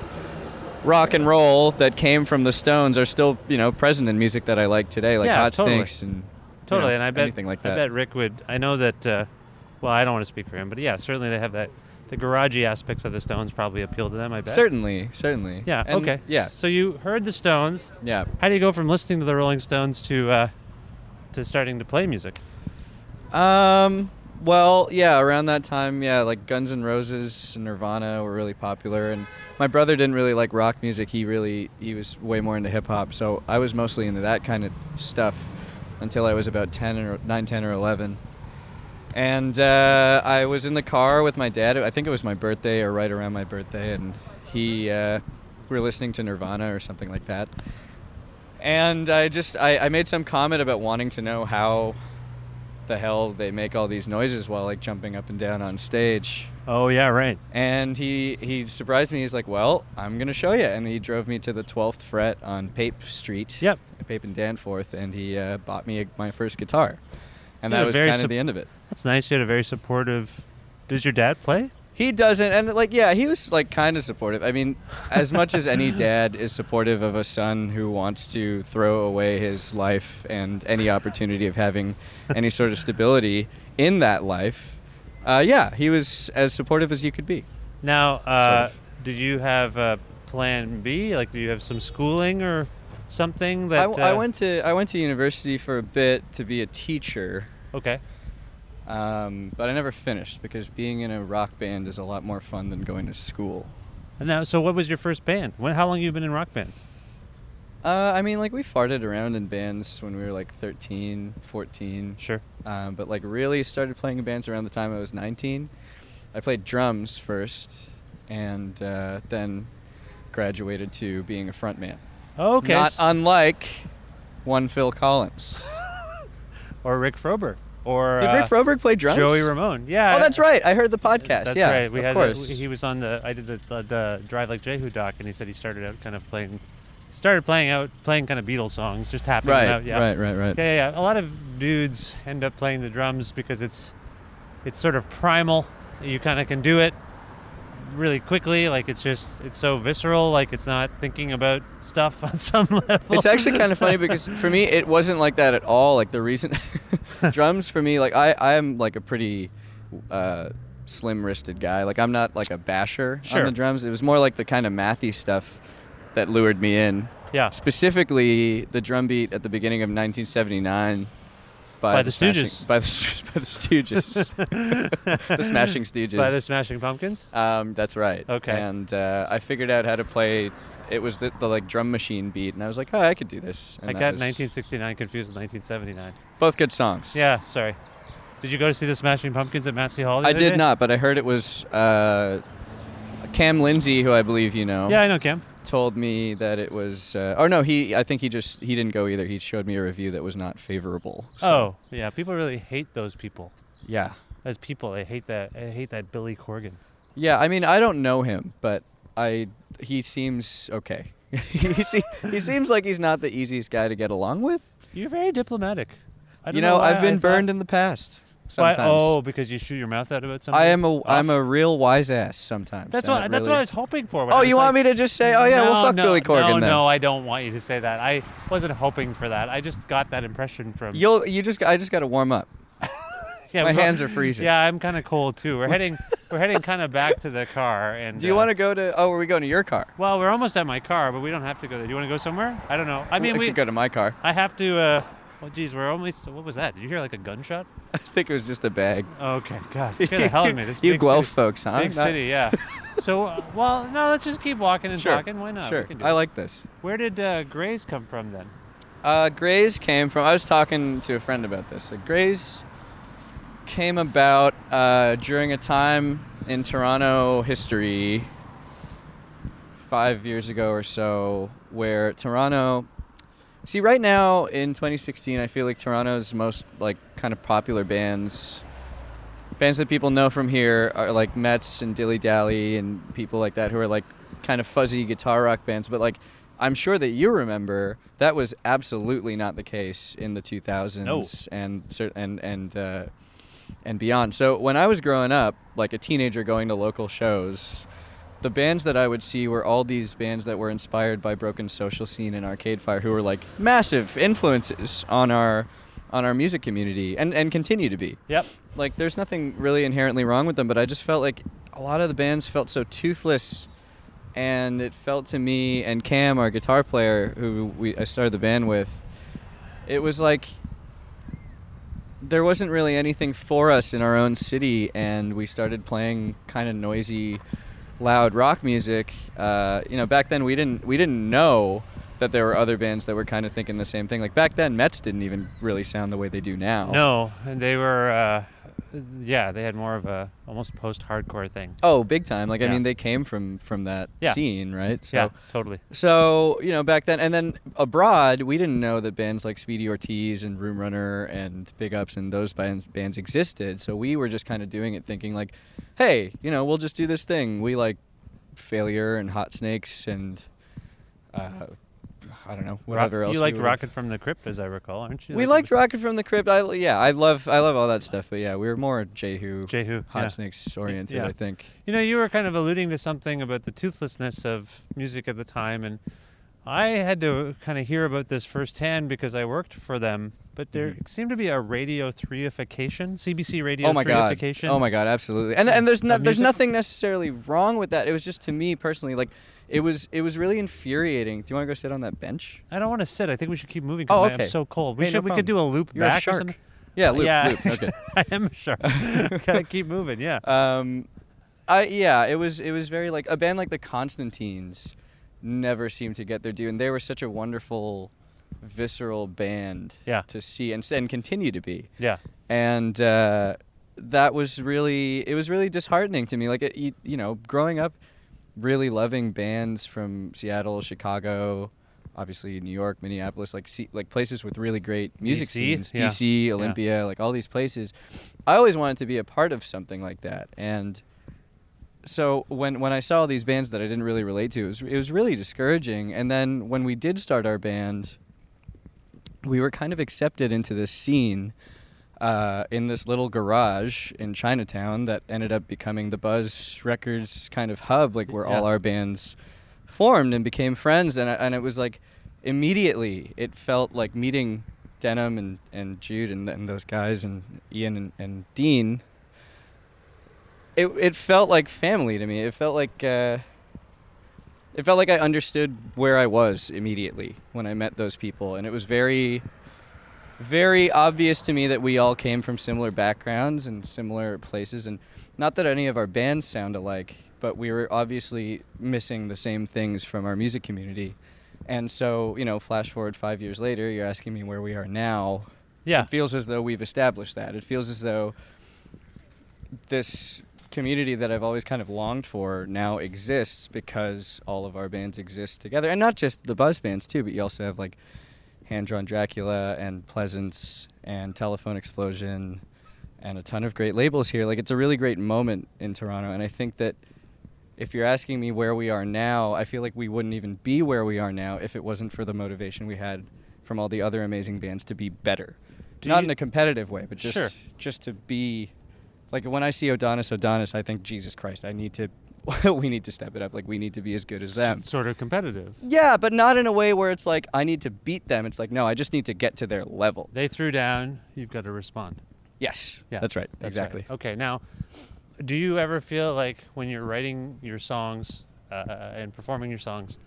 D: rock and roll that came from the Stones are still, you know, present in music that I like today, like
A: Yeah,
D: Hot
A: totally.
D: Snakes and you know,
A: totally. and I bet
D: anything like that.
A: I bet Rick would. I know that. Uh, well, I don't want to speak for him, but yeah, certainly they have that. The garagey aspects of the Stones probably appeal to them. I bet.
D: Certainly, certainly.
A: Yeah.
D: And-
A: okay.
D: yeah.
A: So you heard the Stones.
D: Yeah.
A: How do you go from listening to the Rolling Stones to uh, to starting to play music?
D: Um. Well, yeah, around that time, yeah, like Guns N' Roses and Nirvana were really popular, and my brother didn't really like rock music. He really he was way more into hip hop, so I was mostly into that kind of stuff until I was about ten or nine, ten or eleven. And uh, I was in the car with my dad. I think it was my birthday or right around my birthday, and he uh, we were listening to Nirvana or something like that. And I just I, I made some comment about wanting to know how the hell they make all these noises while like jumping up and down on stage.
A: Oh yeah, right.
D: And he he surprised me. He's like, "Well, I'm gonna show you." And he drove me to the 12th fret on Pape Street. Yep. Pape and Danforth, and he uh, bought me a, my first guitar, and
A: So you had
D: that
A: a
D: was
A: very
D: kind of
A: sup-
D: the end of it.
A: That's nice. You had a very supportive. Does your dad play?
D: He doesn't, and like, yeah, he was like kind of supportive. I mean, as much as any dad is supportive of a son who wants to throw away his life and any opportunity of having any sort of stability in that life, uh, yeah, he was as supportive as you could be.
A: Now, uh,
D: Sort
A: did you have a plan B? Like, do you have some schooling or something that?
D: I, I
A: uh,
D: went to I went to university for a bit to be a teacher.
A: Okay.
D: Um, but I never finished because being in a rock band is a lot more fun than going to school.
A: Now, so what was your first band? When? How long you been in rock bands?
D: Uh, I mean, like, we farted around in bands when we were like 13, 14.
A: Sure.
D: Um, but, like, really started playing in bands around the time I was 19. I played drums first and uh, then graduated to being a frontman.
A: Oh, Okay.
D: Not
A: s-
D: unlike one Phil Collins.
A: [LAUGHS] or Rick Frober. Or
D: Did Rick
A: uh,
D: Froberg play drums?
A: Joey Ramone. Yeah.
D: Oh, that's right. I heard the podcast.
A: That's
D: yeah,
A: right. We
D: of
A: had
D: course.
A: he was on the I did the, the, the Drive Like Jehu doc, and he said he started out kind of playing, started playing out playing kind of Beatles songs, just tapping them
D: Right,
A: out. Yeah.
D: right, right, right.
A: Yeah, yeah, yeah. A lot of dudes end up playing the drums because it's it's sort of primal. You kind of can do it really quickly. Like it's just it's so visceral. Like it's not thinking about stuff [LAUGHS] on some
D: [LAUGHS]
A: level.
D: It's actually kind of funny
A: [LAUGHS]
D: because for me it wasn't like that at all. Like the reason [LAUGHS] drums for me, like I I am like a pretty uh, slim-wristed guy. Like I'm not like a basher
A: Sure.
D: on the drums. It was more like the kind of mathy stuff that lured me in.
A: Yeah.
D: Specifically the drum beat at the beginning of 1979 by,
A: By the
D: Smashing-
A: Stooges.
D: by the [LAUGHS] by the
A: [LAUGHS]
D: Stooges. the Smashing Stooges.
A: By the Smashing Pumpkins.
D: Um, that's right. Okay. And uh, I figured out how to play. It was the, the like drum machine beat, and I was like, oh, I could do this. And
A: I
D: that
A: got
D: was-
A: 1969 confused with 1979.
D: Both good songs.
A: Yeah, sorry. Did you go to see the Smashing Pumpkins at Massey Hall? the
D: I
A: other
D: did
A: day?
D: not, but I heard it was uh, Cam Lindsay, who I believe you know.
A: Yeah, I know Cam.
D: Told me that it was. Uh, or no, he. I think he just he didn't go either. He showed me a review that was not favorable. So,
A: Oh, yeah. People really hate those people.
D: Yeah.
A: As people, I hate that. I hate that Billy Corgan.
D: Yeah, I mean, I don't know him, but I he seems okay. [LAUGHS] he, se- he seems like he's not the easiest guy to get along with.
A: You're very diplomatic. I don't
D: you know,
A: why
D: I've been
A: I thought-
D: burned in the past.
A: Why-
D: Sometimes.
A: oh, because you shoot your mouth out about something.
D: I am a am a real wise ass sometimes.
A: That's
D: and
A: what.
D: it
A: That's what
D: really-
A: I was hoping for. when
D: Oh,
A: I was
D: you want
A: like,
D: me to just say, oh yeah, well
A: "No,
D: fuck
A: no,
D: Billy Corgan
A: No,
D: then.
A: no, I don't want you to say that. I wasn't hoping for that. I just got that impression from.
D: You'll you just I just got to warm up.
A: [LAUGHS] Yeah,
D: My
A: we both-
D: hands are freezing.
A: Yeah, I'm kind of cold
D: [LAUGHS]
A: too. We're heading. we're heading kind of back to the car. And
D: Do you
A: uh,
D: want to go to? Oh, are we going to your car?
A: Well, we're almost at my car, but we don't have to go there. Do you want to go somewhere? I don't know. I mean,
D: we,
A: we
D: could go to my car. [LAUGHS]
A: I have to. uh Well, geez, we're almost. What was that? Did you hear like a gunshot?
D: I think it was just a bag.
A: Okay, God, scare the hell out
D: [LAUGHS]
A: of me. This
D: you
A: big
D: Guelph
A: city-
D: folks, huh?
A: Big
D: Not-
A: city, yeah. [LAUGHS] so, uh, well, no, let's just keep walking and
D: [LAUGHS] Sure,
A: talking. Why not? We
D: sure.
A: can do
D: I
A: it.
D: like this.
A: Where did uh, Grays come from then?
D: Uh, Grays came from. I was talking to a friend about this. Like, Grays came about uh, during a time in Toronto history, five years ago or so, where Toronto. See, right now in 2016, I feel like Toronto's most like kind of popular bands, bands that people know from here are like Mets and Dilly Dally and people like that who are like kind of fuzzy guitar rock bands, but like I'm sure that you remember that was absolutely not the case in the 2000s and cer- and and uh, and beyond. So when I was growing up, like a teenager going to local shows, the bands that I would see were all these bands that were inspired by Broken Social Scene and Arcade Fire, who were like massive influences on our on our music community and and continue to be.
A: Yep.
D: Like there's nothing really inherently wrong with them, but I just felt like a lot of the bands felt so toothless and it felt to me and Cam, our guitar player, who we I started the band with, it was like there wasn't really anything for us in our own city, and we started playing kind of noisy, loud rock music. Uh, you know, back then we didn't we didn't know that there were other bands that were kind of thinking the same thing. Like back then, Mets didn't even really sound the way they do now.
A: No, and they were, uh, yeah, they had more of a almost post-hardcore thing.
D: Oh, big time! Like I
A: Yeah.
D: mean, they came from from that
A: Yeah.
D: scene, right?
A: Yeah, totally.
D: So you know, back then, and then abroad, we didn't know that bands like Speedy Ortiz and Room Runner and Big Ups and those bands bands existed. So we were just kind of doing it, thinking like, hey, you know, we'll just do this thing. We like Failure and Hot Snakes and. Uh, I don't know. Whatever
A: Rock,
D: else
A: you
D: we
A: liked
D: would've-
A: Rocket from the Crypt, as I recall, aren't you?
D: we liked Rocket from the Crypt. I, yeah, I love I love all that stuff. But yeah, we were more Jehu, Jehu, Hot
A: yeah.
D: Snakes oriented.
A: Yeah.
D: I think.
A: You know, you were kind of alluding to something about the toothlessness of music at the time, and I had to kind of hear about this firsthand because I worked for them. But there seemed to be a radio threification, CBC radio
D: Mm-hmm. oh my god
A: threification.
D: oh my god absolutely and and there's no,
A: Of
D: there's
A: music?
D: nothing necessarily wrong with that it was just to me personally like it was it was really infuriating do you want to go sit on that bench
A: I don't want to sit. I think we should keep moving. 'cause
D: oh
A: my-
D: okay
A: I'm so cold. We
D: Hey, no
A: should. we could do a
D: problem.
A: loop
D: You're
A: back
D: a shark.
A: or something.
D: yeah loop
A: yeah.
D: loop okay
A: [LAUGHS] I am
D: [LAUGHS]
A: a shark. Gotta keep moving. Yeah.
D: um i yeah it was it was very like a band like the constantines never seemed to get their due and they were such a wonderful visceral band yeah. to see and, s- and continue to be
A: Yeah.
D: and uh, that was really it was really disheartening to me like it, you, you know growing up really loving bands from seattle chicago obviously new york minneapolis like se- like places with really great music
A: DC,
D: scenes
A: yeah.
D: dc
A: Yeah.
D: olympia like all these places i always wanted to be a part of something like that and so when when I saw these bands that I didn't really relate to, it was it was really discouraging. And then when we did start our band, we were kind of accepted into this scene uh, in this little garage in Chinatown that ended up becoming the Buzz Records kind of hub, like where all
A: Yeah.
D: our bands formed and became friends. And I, and it was like immediately it felt like meeting Denham and, and Jude and, and those guys and Ian and, and Dean it it felt like family to me. It felt like uh, it felt like I understood where I was immediately when I met those people, and it was very very obvious to me that we all came from similar backgrounds and similar places and not that any of our bands sound alike but we were obviously missing the same things from our music community and so you know flash forward five years later you're asking me where we are now
A: Yeah.
D: it feels as though we've established that it feels as though this community that I've always kind of longed for now exists because all of our bands exist together, and not just the buzz bands too, but you also have like Hand Drawn Dracula and Pleasance and Telephone Explosion and a ton of great labels here. Like it's a really great moment in Toronto, and I think that if you're asking me where we are now, I feel like we wouldn't even be where we are now if it wasn't for the motivation we had from all the other amazing bands to be better.
A: Do
D: Not
A: you-
D: in a competitive way, but just
A: Sure.
D: just to be like when I see Odonis Odonis, I think Jesus Christ, I need to [LAUGHS] we need to step it up. Like we need to be as good as them.
A: Sort of competitive.
D: Yeah, but not in a way where it's like I need to beat them. It's like no, I just need to get to their level.
A: They threw down. You've got to respond.
D: Yes. That's right. exactly.
A: Okay. Now, do you ever feel like when you're writing your songs uh, and performing your songs,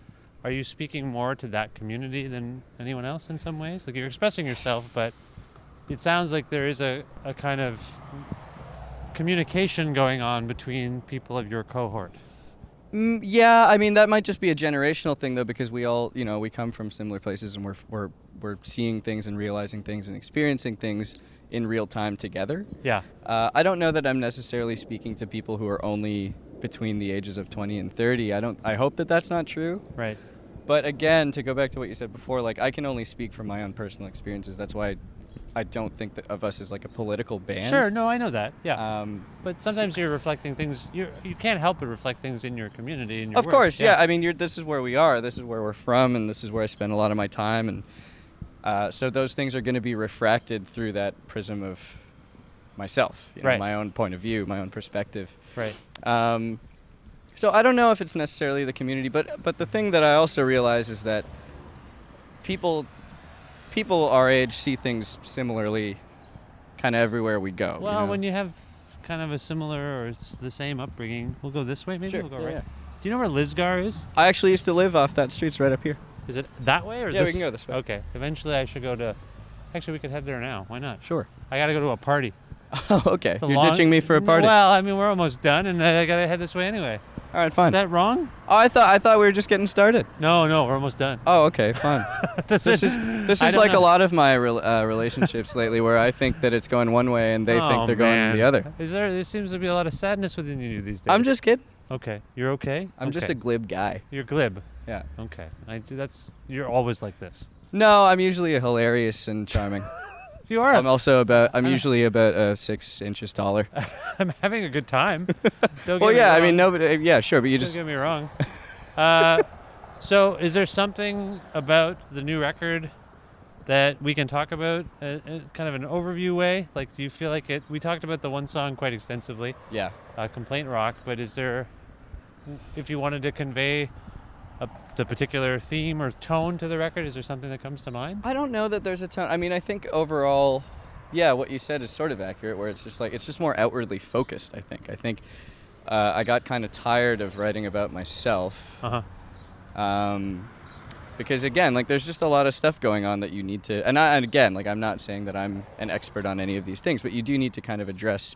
A: are you speaking more to that community than anyone else in some ways? Like you're expressing yourself, but it sounds like there is a, a kind of communication going on between people of your cohort.
D: Mm, yeah, I mean that might just be a generational thing though, because we all, you know, we come from similar places and we're we're we're seeing things and realizing things and experiencing things in real time together.
A: Yeah.
D: Uh, I don't know that I'm necessarily speaking to people who are only between the ages of 20 and 30. I don't. I hope that that's not true.
A: Right.
D: But again, to go back to what you said before, like I can only speak from my own personal experiences. That's why I, I don't think that of us as like a political band.
A: Sure, no, I know that. Yeah.
D: Um,
A: but sometimes you're reflecting things. You you can't help but reflect things in your community and your
D: of
A: work.
D: course, yeah. I mean, you're, this is where we are. This is where we're from, and this is where I spend a lot of my time. And uh, so those things are going to be refracted through that prism of myself, you know,
A: Right.
D: my own point of view, my own perspective.
A: Right.
D: Um, so I don't know if it's necessarily the community, but but the thing that I also realize is that people people our age see things similarly, kind of everywhere we go. Oh, you
A: Well,
D: know?
A: when you have kind of a similar or s- the same upbringing, we'll go this way. Maybe
D: Sure,
A: we'll go
D: yeah,
A: right.
D: yeah.
A: Do you know where Lisgar is?
D: I actually used to live off that street's right up here.
A: Is it that way or
D: Yeah, we
A: this-
D: can go this way.
A: Okay. Eventually, I should go to. Actually, we could head there now. Why not?
D: Sure.
A: I gotta go to a party.
D: [LAUGHS] Oh, okay.
A: It's a
D: You're ditching me for a party.
A: Well, I mean, we're almost done, and I gotta head this way anyway.
D: All right, fine.
A: Is that wrong?
D: Oh, I thought I thought we were just getting started.
A: No, no, we're almost done.
D: Oh, okay,
A: [LAUGHS]
D: fine.
A: That's
D: this
A: it.
D: is this
A: I
D: is
A: don't
D: like
A: know.
D: a lot of my rel uh,
A: [LAUGHS]
D: relationships lately, where I think that it's going one way and they
A: Oh,
D: think they're
A: man.
D: going the other.
A: Is there? There seems to be a lot of sadness within you these days.
D: I'm just kidding.
A: Okay, you're okay.
D: I'm just
A: Okay.
D: a glib guy.
A: You're glib.
D: Yeah.
A: Okay. I, that's you're always like this. [LAUGHS]
D: No, I'm usually hilarious and charming.
A: You are.
D: I'm also about. I'm usually about uh, six inches
A: [LAUGHS]
D: taller.
A: I'm having a good
D: [LAUGHS]
A: time.
D: well,
A: Don't get me
D: yeah. I
A: wrong.
D: mean, nobody. Yeah, sure. But you
A: Don't
D: just.
A: get me wrong. [LAUGHS] Uh, so, is there something about the new record that we can talk about, uh, uh, kind of an overview way? Like, do you feel like it? We talked about the one song quite extensively.
D: Yeah.
A: Uh, Complaint Rock, but is there, if you wanted to convey a, the particular theme or tone to the record, is there something that comes to mind?
D: I don't know that there's a ton. I mean, I think overall, yeah, what you said is sort of accurate. Where it's just like it's just more outwardly focused. I think. I think uh, I got kind of tired of writing about myself. Uh-huh. Um, because again, like there's just a lot of stuff going on that you need to. And, I, and again, like I'm not saying that I'm an expert on any of these things, but you do need to kind of address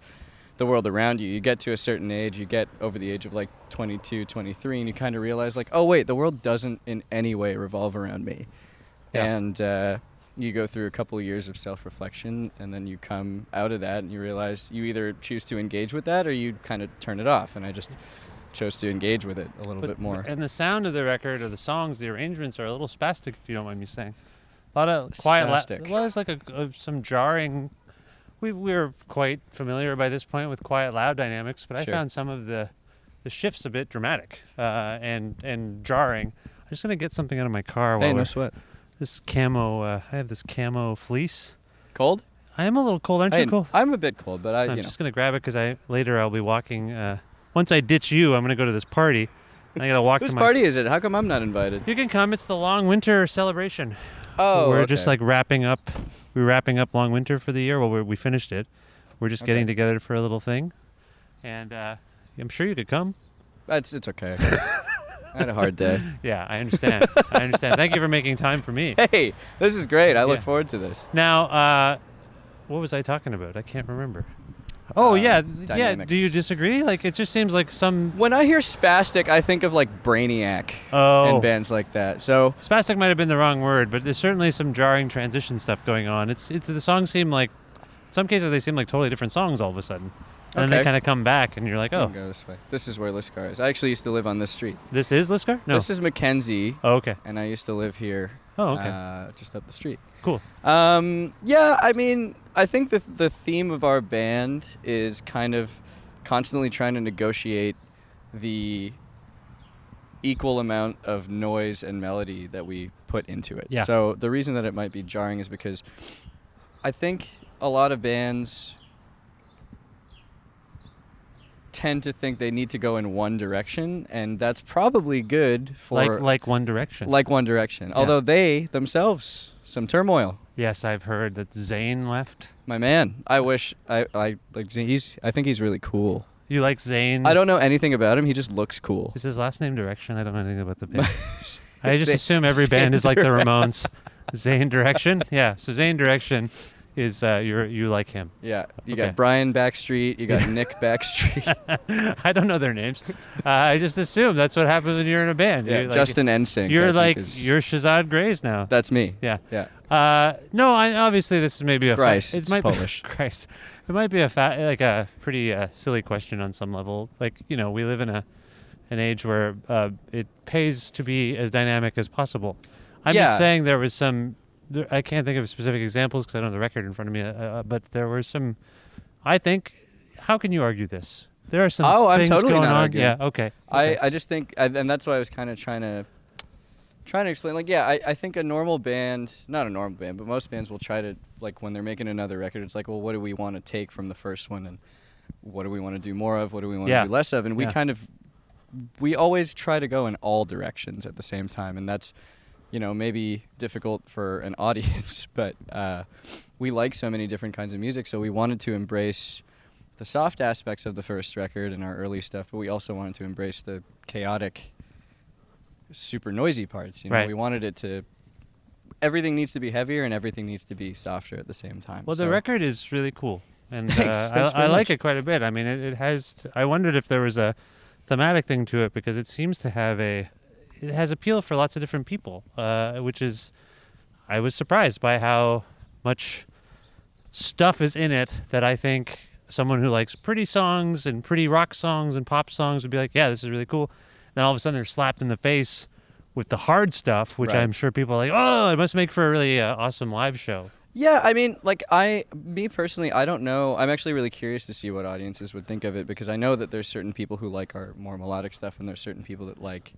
D: the world around you. You get to a certain age, you get over the age of like 22, 23, and you kind of realize like, oh wait, the world doesn't in any way revolve around me.
A: Yeah.
D: And uh, you go through a couple of years of self-reflection, and then you come out of that, and you realize you either choose to engage with that or you kind of turn it off. And I just chose to engage with it a little
A: But-
D: bit more.
A: And the sound of the record or the songs, the arrangements are a little spastic, if you don't mind me saying. A lot of quiet.
D: Spastic.
A: well, there's like a, a- some jarring. We we're quite familiar by this point with quiet loud dynamics, but
D: Sure.
A: I found some of the the shifts a bit dramatic uh, and and jarring. I'm just gonna get something out of my car.
D: Hey,
A: while
D: no
A: we're-
D: sweat.
A: This camo. Uh, I have this camo fleece.
D: Cold?
A: I am a little cold. Aren't
D: I-
A: you cold?
D: I'm a bit cold, but I,
A: I'm
D: you know.
A: just gonna grab it because I later I'll be walking. Uh, once I ditch you, I'm gonna go to this party. And I gotta
D: [LAUGHS]
A: walk
D: Whose
A: to my
D: party is it? How come I'm not invited?
A: You can come. It's the long winter celebration.
D: Oh,
A: we're just
D: okay.
A: like wrapping up. We're wrapping up long winter for the year. Well, we we finished it. We're just
D: Okay.
A: getting together for a little thing, and uh, I'm sure you could come.
D: That's it's
A: [LAUGHS]
D: okay. I had a hard day.
A: yeah, I understand. I understand. Thank you for making time for me.
D: [LAUGHS] Hey, this is great. I look
A: Yeah.
D: forward to this.
A: Now, uh, what was I talking about? I can't remember. Oh yeah, th- yeah. Do you
D: Um, dynamics.
A: disagree? Like it just seems like some
D: When I hear spastic, I think of like Brainiac
A: Oh.
D: and bands like that. So
A: spastic might have been the wrong word, but there's certainly some jarring transition stuff going on. It's it's the songs seem like, in some cases they seem like totally different songs all of a sudden, and then they
D: Okay.
A: kind of come back, and you're like,
D: I'm
A: oh,
D: gonna go this way. This is where Liscar is. I actually used to live on this street.
A: this is Liscar? No,
D: This is Mackenzie.
A: Oh, okay.
D: And I used to live here.
A: Oh, okay.
D: Uh, just up the street.
A: Cool.
D: Um, yeah, I mean, I think that the theme of our band is kind of constantly trying to negotiate the equal amount of noise and melody that we put into it.
A: Yeah.
D: So the reason that it might be jarring is because I think a lot of bands tend to think they need to go in one direction and that's probably good for
A: like like One Direction.
D: like One Direction.
A: Yeah.
D: Although they themselves some turmoil.
A: yes, I've heard that Zayn left.
D: My man, I wish I I like he's I think he's really cool.
A: You like Zayn?
D: I don't know anything about him. He just looks cool.
A: Is his last name Direction? I don't know anything about
D: [LAUGHS]
A: the band. I just
D: Zayn-
A: assume every
D: Zayn
A: band is like the
D: Direc-
A: Ramones. Zayn Direction, yeah. So Zayn Direction is uh, you you like him?
D: Yeah, you
A: Okay.
D: got Brian Backstreet, you
A: [LAUGHS]
D: got Nick Backstreet,
A: I don't [LAUGHS] know their names. Uh, I just assume that's what happens when you're in a band.
D: Yeah,
A: You're like-
D: Justin Ensing. I
A: You're
D: think
A: like
D: is-
A: you're Shazad Grays now.
D: That's me.
A: Yeah.
D: Yeah.
A: Uh, no, I obviously this is maybe a fa-
D: Grace, it's
A: might
D: Polish.
A: [LAUGHS] Be, Grace. It might be a fa- like a pretty uh, silly question on some level. Like you know, we live in a an age where uh, it pays to be as dynamic as possible. I'm
D: Yeah.
A: just saying there was some there, I can't think of specific examples because I don't have the record in front of me. uh, Uh, but there were some. I think. How can you argue this? There are some.
D: oh, I'm
A: things
D: totally
A: going
D: not
A: on.
D: arguing.
A: Yeah. Okay. okay.
D: I, I just think, I, and that's why I was kind of trying to trying to explain. Like, yeah, I, I think a normal band, not a normal band, but most bands will try to like when they're making another record, it's like, well, what do we want to take from the first one, and what do we want to do more of, what do we want to
A: Yeah.
D: do less of, and we
A: Yeah.
D: kind of we always try to go in all directions at the same time, and that's you know maybe difficult for an [LAUGHS] audience, but uh, we like so many different kinds of music, so we wanted to embrace the soft aspects of the first record and our early stuff, but we also wanted to embrace the chaotic, super noisy parts. You know,
A: Right.
D: we wanted it to. Everything needs to be heavier and everything needs to be softer at the same time.
A: Well, the
D: so-
A: record is really cool, and
D: [LAUGHS] Thanks,
A: uh,
D: thanks
A: I, I
D: very
A: like
D: much.
A: it quite a bit. I mean, it, it has. T- I wondered if there was a thematic thing to it because it seems to have a. It has appeal for lots of different people, uh, which is, I was surprised by how much stuff is in it that I think someone who likes pretty songs and pretty rock songs and pop songs would be like, yeah, this is really cool. Then all of a sudden they're slapped in the face with the hard stuff, which
D: Right.
A: I'm sure people are like, oh, it must make for a really uh, awesome live show.
D: Yeah, I mean, like I, me personally, I don't know. I'm actually really curious to see what audiences would think of it because I know that there's certain people who like our more melodic stuff, and there's certain people that like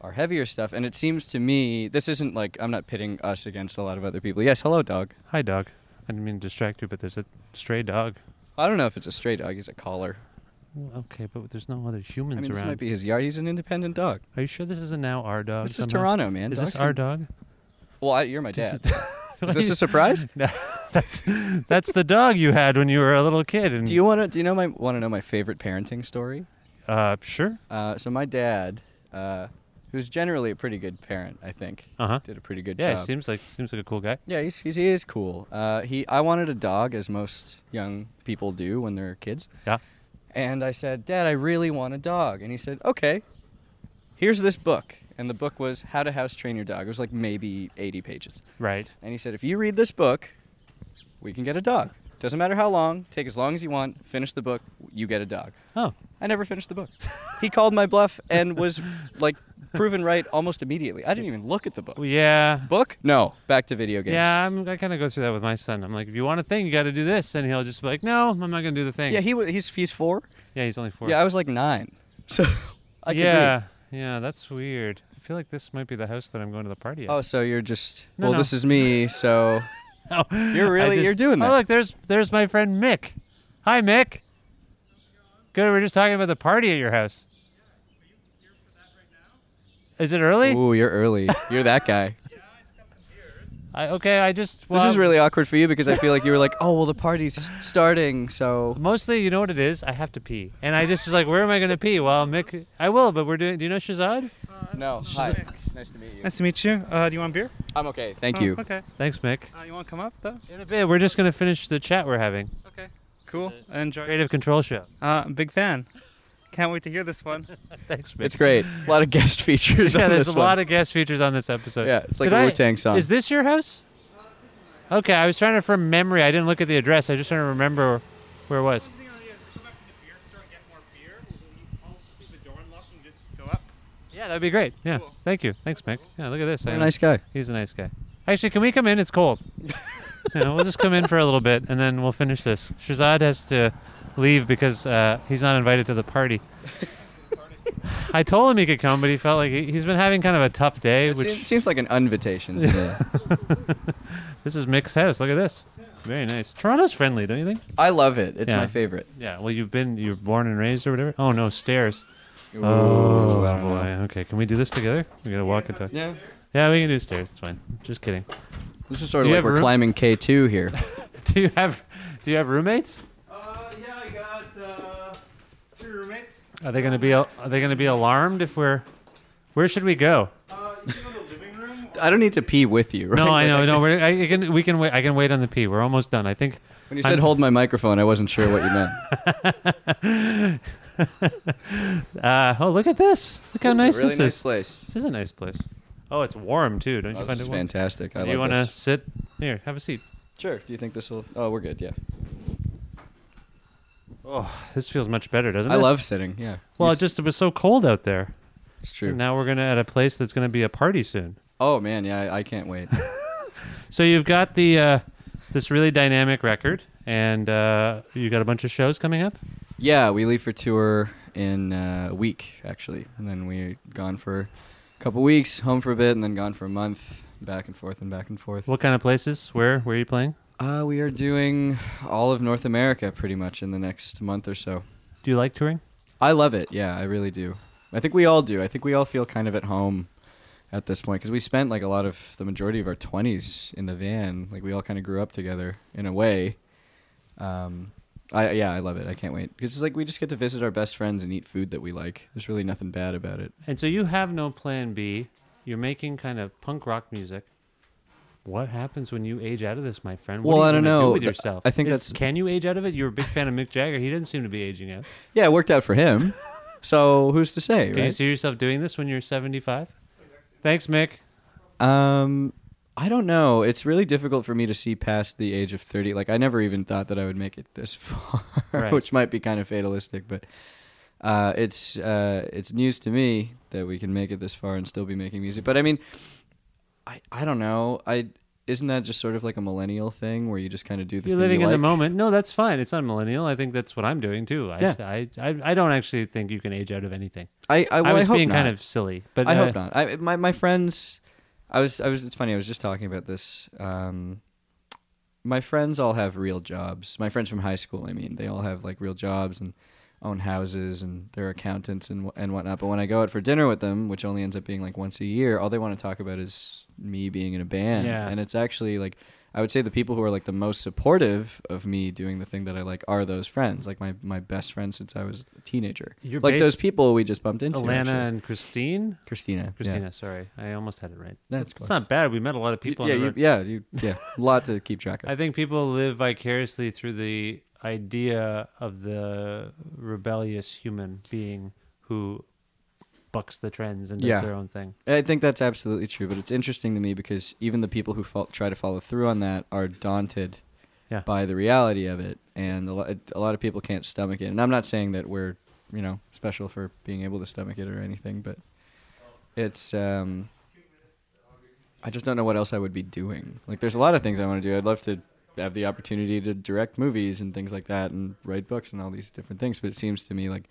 D: our heavier stuff. And it seems to me, this isn't like I'm not pitting us against a lot of other people. Yes, hello, dog.
A: Hi, dog. I didn't mean to distract you, but there's a stray dog.
D: I don't know if it's a stray dog. He's a collar.
A: Well, Okay, but there's no other humans
D: I mean, this
A: around.
D: might be his yard. He's an independent dog.
A: Are you sure this isn't now our dog?
D: This is
A: somehow?
D: Toronto, man.
A: Is
D: Dogs
A: this our
D: can-
A: dog?
D: Well, I, you're my dad.
A: [LAUGHS] Why
D: is this
A: you-
D: a surprise?
A: [LAUGHS] No, that's that's the dog you had when you were a little kid. And
D: Do you want to? Do you know my want to know my favorite parenting story?
A: Uh, sure.
D: Uh, so my dad, uh, who's generally a pretty good parent, I think,
A: Uh-huh.
D: did a pretty good
A: Yeah,
D: job.
A: seems like seems like a cool guy.
D: Yeah, he's, he's he is cool. Uh, he I wanted a dog as most young people do when they're kids.
A: Yeah.
D: And I said, "Dad, I really want a dog." And he said, "Okay. Here's this book." And the book was How to House Train Your Dog. It was like maybe 80 pages.
A: Right.
D: And he said, "If you read this book, we can get a dog. Doesn't matter how long. Take as long as you want. Finish the book, you get a dog."
A: Oh.
D: I never finished the book. he called my bluff and was like proven right almost immediately. I didn't even look at the book.
A: Yeah.
D: Book? No. Back to video games.
A: Yeah, I'm, I kind of go through that with my son. I'm like, if you want a thing, you got to do this, and he'll just be like, no, I'm not gonna do the thing.
D: Yeah, he wa- he's he's four.
A: Yeah, he's only four.
D: Yeah, I was like nine. [LAUGHS] So I could read.
A: yeah, yeah, that's weird. I feel like this might be the house that I'm going to the party at.
D: Oh, so you're just
A: No,
D: well,
A: no.
D: this is me. So
A: [LAUGHS] No,
D: you're
A: [LAUGHS] I
D: really you're
A: just-
D: doing that.
A: Oh, look, there's there's my friend Mick. Hi, Mick. Good. we We're just talking about the party at your house. Is it early?
D: Ooh, you're
A: [LAUGHS]
D: early. You're that guy.
A: I, okay, I just. Well,
D: this is really awkward for you because I feel like you were like, oh well, the party's starting, so
A: Mostly, you know what it is. I have to pee, [LAUGHS] and I just was like, where am I going to pee? Well, Mick, I will, but we're doing. Do you know Shazad?
D: no. Hi, nice to meet you.
K: Nice to meet you. Uh, do you want beer?
D: I'm okay. Thank
K: Oh,
D: you.
K: Okay.
A: Thanks, Mick.
K: Uh, you want to come up though?
A: In a bit, we're just going to finish the chat we're having.
K: Okay. Cool. Enjoy.
A: Creative Control Show.
K: Uh, big fan. Can't wait to hear this one.
A: [LAUGHS] Thanks, Mick.
D: It's
A: [LAUGHS]
D: great. A lot of guest features.
A: yeah,
D: on
A: there's
D: this
A: a lot of guest features on this episode.
D: Yeah, it's like
A: Did
D: a
A: I-
D: Wu-Tang song.
A: Is this your house? Okay, I was trying to from memory. I didn't look at the address. I was just trying to remember where it was. Yeah, that'd be great. Yeah, thank you. Thanks, Mick. Yeah, look at this.
D: What a
A: I-
D: nice guy.
A: He's a nice guy. Actually, can we come in? It's cold.
D: [LAUGHS]
A: yeah, we'll just come in for a little bit and then we'll finish this. Shazad has to leave because uh, he's not invited to the party. [LAUGHS] I told him he could come, but he felt like he, he's been having kind of a tough day.
D: It
A: which
D: seems, seems like an invitation today.
A: [LAUGHS] this is Mick's house. Look at this. Very nice. Toronto's friendly, don't you think?
D: I love it. It's
A: Yeah.
D: my favorite.
A: Yeah. Well, you've been you were born and raised or whatever. Oh no, stairs.
D: Ooh,
A: oh
D: I don't
A: boy.
D: know.
A: Okay. Can we do this together? We gotta walk and talk.
D: Yeah.
A: Yeah, we can do stairs. It's fine. Just kidding.
D: This is sort
A: Do
D: of
A: you
D: like
A: have
D: we're
A: room-
D: climbing K2 here.
A: [LAUGHS] Do you have Do you have roommates?
K: yeah, I got uh, three roommates.
A: Are they gonna be al- Are they gonna be alarmed if we're Where should we go?
K: Uh,
D: [LAUGHS] I don't need to pee with you. Right?
A: No, I
D: Like,
A: know.
D: just- [LAUGHS]
A: No, we're, I can. We can wait. I can wait on the pee. We're almost done. I think.
D: When you said hold my microphone, I wasn't sure what you meant.
A: Uh, oh, look at this! Look how
D: This is a
A: nice
D: really
A: this
D: nice
A: is.
D: place.
A: This is a nice place. Oh, it's warm too. Don't
D: Oh,
A: you
D: this
A: find
D: is
A: it warm?
D: fantastic. I
A: Do you
D: like
A: wanna
D: this.
A: sit here? Have a seat.
D: Sure. Do you think this will? Oh, we're good. Yeah.
A: Oh, this feels much better, doesn't
D: I
A: it?
D: love sitting, yeah.
A: Well,
D: You
A: it just it was so cold out there.
D: It's true.
A: now we're gonna at a place that's gonna be a party soon.
D: Oh man, yeah, I, I can't wait.
A: So you've got the uh, this really dynamic record, and uh, you got a bunch of shows coming up.
D: [LAUGHS] Yeah, we leave for tour in uh, a week actually, and then we gone for a couple weeks, home for a bit, and then gone for a month, back and forth and back and forth.
A: What kind of places? Where where are you playing?
D: Uh, we are doing all of North America pretty much in the next month or so.
A: Do you like touring?
D: I love it. Yeah, I really do. I think we all do. I think we all feel kind of at home at this point because we spent like a lot of the majority of our 20s in the van. Like we all kind of grew up together in a way. Um, I yeah, I love it. I can't wait because it's like we just get to visit our best friends and eat food that we like. There's really nothing bad about it.
A: And so you have no plan B. You're making kind of punk rock music. What happens when you age out of this, my friend? What
D: Well,
A: are you
D: I don't
A: gonna do
D: know.
A: with
D: Th-
A: yourself.
D: I think
A: Is-
D: that's-
A: can you age out of it? You're a big fan of Mick Jagger. He didn't seem to be aging out.
D: Yeah, it worked out for
A: [LAUGHS]
D: him. so who's to say,
A: Can you
D: right?
A: see yourself doing this when you're 75? Thanks, Mick.
D: Um, I don't know. It's really difficult for me to see past the age of 30. Like, I never even thought that I would make it this [LAUGHS] far,
A: Right.
D: which might be kind of fatalistic, but uh, it's uh, it's news to me that we can make it this far and still be making music. But I mean, I I don't know. I isn't that just sort of like a millennial thing where you just kind of do the
A: You're
D: thing
A: living
D: you
A: in the
D: like?
A: moment. No, that's fine. It's not millennial. I think that's what I'm doing too. I,
D: Yeah.
A: I, I, I don't actually think you can age out of anything.
D: I I, well,
A: was
D: hope
A: being kind
D: not.
A: of silly, but
D: I
A: uh,
D: hope not. I my my friends, I was I was. It's funny. I was just talking about this. Um, my friends all have real jobs. My friends from high school. I mean, they all have like real jobs and own houses and they're accountants and wh- and whatnot. But when I go out for dinner with them, which only ends up being like once a year, all they want to talk about is me being in a band.
A: Yeah.
D: And it's actually like. I would say the people who are like the most supportive of me doing the thing that I like are those friends, like my, my best friend since I was a teenager.
A: You're
D: like those
A: based-
D: people we just bumped into.
A: Alana
D: actually.
A: and Christine.
D: Christina.
A: Christina. Sorry, I almost had it right.
D: That's
A: it's
D: close.
A: not bad. We met a lot of people.
D: Yeah,
A: on the
D: you,
A: road.
D: yeah, you,
A: [LAUGHS]
D: yeah. [LAUGHS] A lot to keep track of.
A: I think people live vicariously through the idea of the rebellious human being who bucks the trends and does
D: yeah.
A: their own thing.
D: I think that's absolutely true, but it's interesting to me because even the people who fol- try to follow through on that are daunted
A: Yeah.
D: by the reality of it, and a, lo- a lot of people can't stomach it. And I'm not saying that we're, you know, special for being able to stomach it or anything, but it's. Um, I just don't know what else I would be doing. Like, there's a lot of things I want to do. I'd love to have the opportunity to direct movies and things like that, and write books and all these different things. But it seems to me like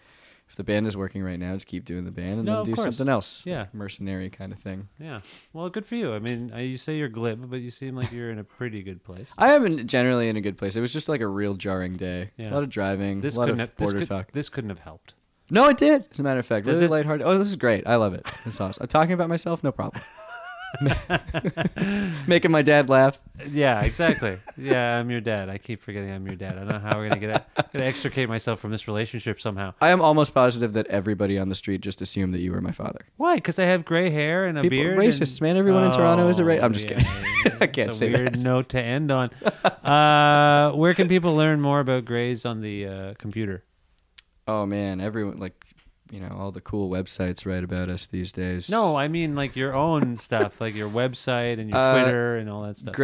D: if the band is working right now, just keep doing the band and
A: No,
D: then
A: of
D: do
A: course.
D: something else.
A: Yeah.
D: like mercenary kind of thing.
A: Yeah. Well, good for you. I mean, I, you say you're glib, but you seem like you're in a pretty good place.
D: I am in, generally in a good place. It was just like a real jarring day.
A: Yeah.
D: A lot of driving.
A: This
D: a lot of
A: couldn't have- this
D: border
A: could-
D: talk.
A: This couldn't have helped.
D: No, it did. As a matter of fact,
A: Does
D: really
A: it-
D: lighthearted. Oh, this is great. I love it. It's awesome. I'm talking about myself. No
A: [LAUGHS]
D: problem. [LAUGHS] Making my dad laugh.
A: Yeah, exactly. yeah, I'm your dad. I keep forgetting I'm your dad. I don't know how we're gonna get out, gonna extricate myself from this relationship somehow.
D: I am almost positive that everybody on the street just assumed that you were my father.
A: Why? Because I have gray hair and a
D: People are
A: beard.
D: racists,
A: and-
D: man. Everyone in Toronto is a ra-
A: Oh,
D: I'm just
A: yeah,
D: kidding. [LAUGHS]
A: yeah,
D: I can't
A: it's a
D: say
A: weird note to end
D: [LAUGHS]
A: on. Uh, where can people learn more about grays on the uh, computer?
D: Oh man, everyone like, you know, all the cool websites write about us these days.
A: No, I mean like your own stuff, like your website and your
D: Uh,
A: Twitter and all that stuff.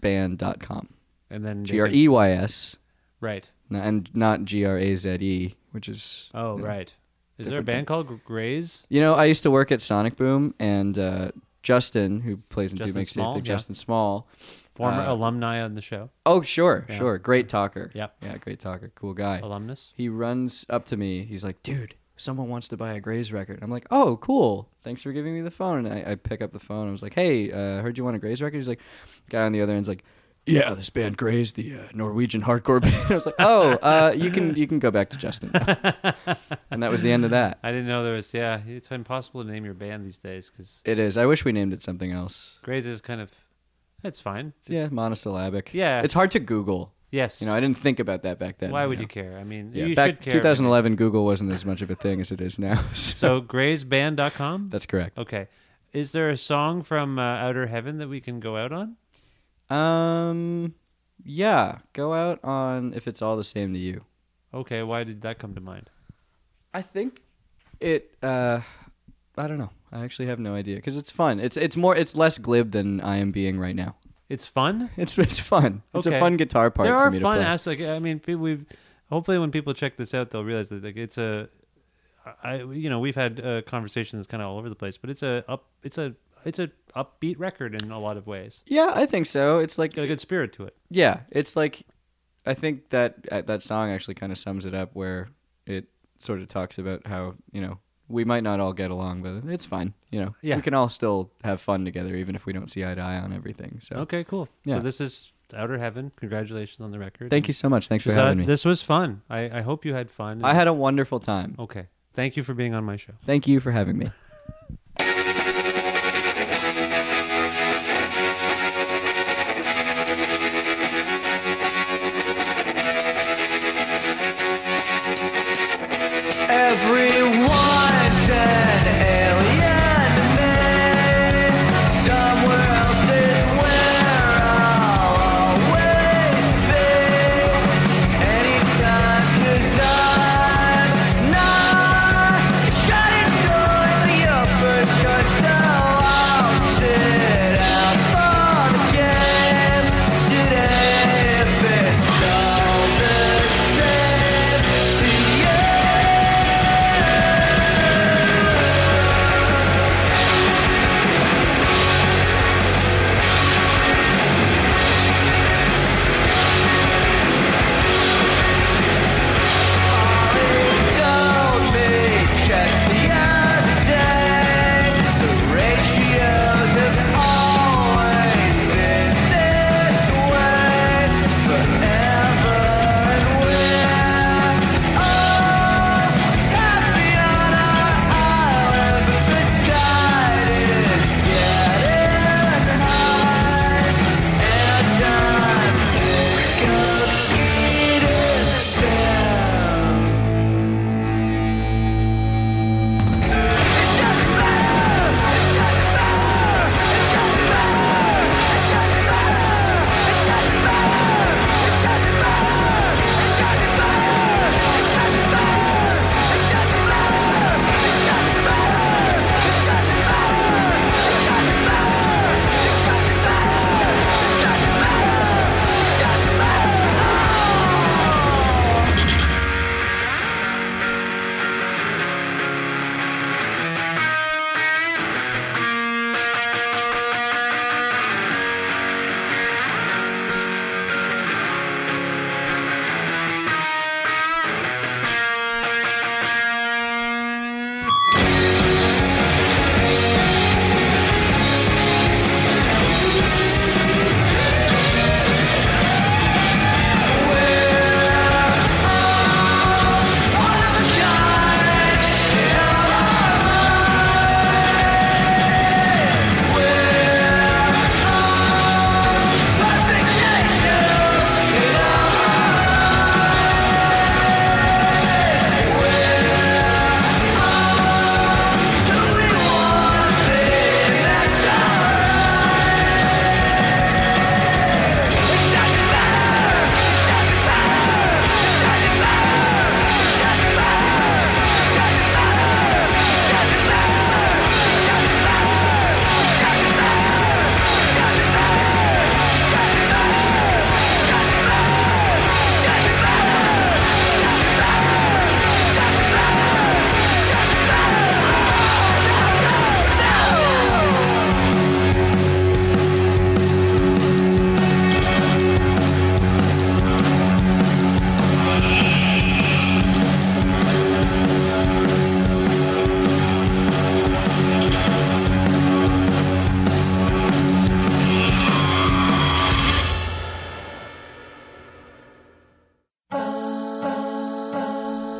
D: Graysband.com.
A: And then they
D: G R E Y S.
A: Right.
D: N- And not G R A Z E, which is.
A: Oh,
D: you know,
A: right. Is there a
D: different
A: band called Grays?
D: You know, I used to work at Sonic Boom, and uh, Justin, who plays in Two
A: Justin
D: Makes
A: Small,
D: Safe,
A: yeah.
D: Justin Small,
A: Former
D: uh,
A: alumni on the show.
D: Oh, sure,
A: Yeah.
D: sure. Great talker.
A: Yeah.
D: Yeah, great talker. Cool guy.
A: Alumnus.
D: He runs up to me. He's like, dude, someone wants to buy a Grays record. I'm like, oh, cool. Thanks for giving me the phone. And I, I pick up the phone. I was like, hey, uh, heard you want a Grays record? He's like, guy on the other end's like, yeah, this band Grays, the uh, Norwegian hardcore [LAUGHS] band. I was like, oh, uh, you can you can go back to Justin.
A: [LAUGHS]
D: now." and that was the end of that.
A: I didn't know there was. Yeah, it's impossible to name your band these days because
D: It is. I wish we named it something else.
A: Grays is kind of. It's fine.
D: Yeah, monosyllabic.
A: Yeah.
D: It's hard to Google.
A: Yes.
D: You know, I didn't think about that back then.
A: Why would
D: know.
A: you care? I mean,
D: Yeah,
A: you
D: back
A: should care.
D: 2011, Google wasn't as much of a thing as it is now. [LAUGHS]
A: So graysband.com?
D: That's correct.
A: Okay. Is there a song from uh, Outer Heaven that we can go out on?
D: Um, yeah, go out on if it's all the same to you.
A: Okay, why did that come to mind?
D: I think it. Uh, I don't know. I actually have no idea because it's fun. It's it's more. It's less glib than I am being right now.
A: It's fun.
D: It's it's fun. It's a
A: Okay.
D: fun guitar part.
A: There
D: for
A: are
D: me
A: fun
D: to play.
A: aspects. I mean, pe- we've hopefully when people check this out, they'll realize that like it's a, I you know we've had uh, conversations kind of all over the place, but it's a up it's a
L: it's a upbeat record in a lot of ways.
D: Yeah, I think so. It's like
L: got a good spirit to it.
D: Yeah, it's like I think that uh, that song actually kind of sums it up where it sort of talks about how, you know, we might not all get along, but it's fine, you know.
L: Yeah.
D: We can all still have fun together even if we don't see eye to eye on everything. So
L: Okay, cool.
D: Yeah.
L: So this is Outer Heaven. Congratulations on the record.
D: Thank you so much. Thanks for
L: Shazad,
D: having me.
L: This was fun. I, I hope you had fun.
D: I had a wonderful time.
L: Okay. Thank you for being on my show.
D: Thank you for having me.
B: Everyone an alien man. Somewhere else is where I'll always be. Anytime 'cause I'm not shutting doors to your first choice, so I'll sit out for the game today if it's all the same to you.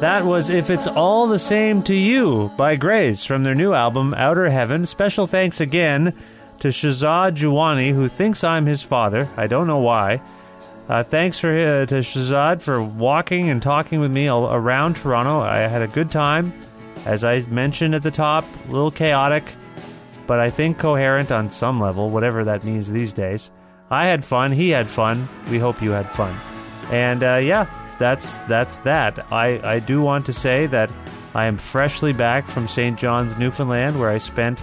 A: That was If It's All the Same to You by Grace from their new album, Outer Heaven. Special thanks again to Shazad Juwani, who thinks I'm his father. I don't know why. Uh, thanks for, uh, to Shazad for walking and talking with me all around Toronto. I had a good time. As I mentioned at the top, a little chaotic, but I think coherent on some level, whatever that means these days. I had fun. He had fun. We hope you had fun. And uh, yeah, that's that's that. I, I do want to say that I am freshly back from St. John's, Newfoundland, where I spent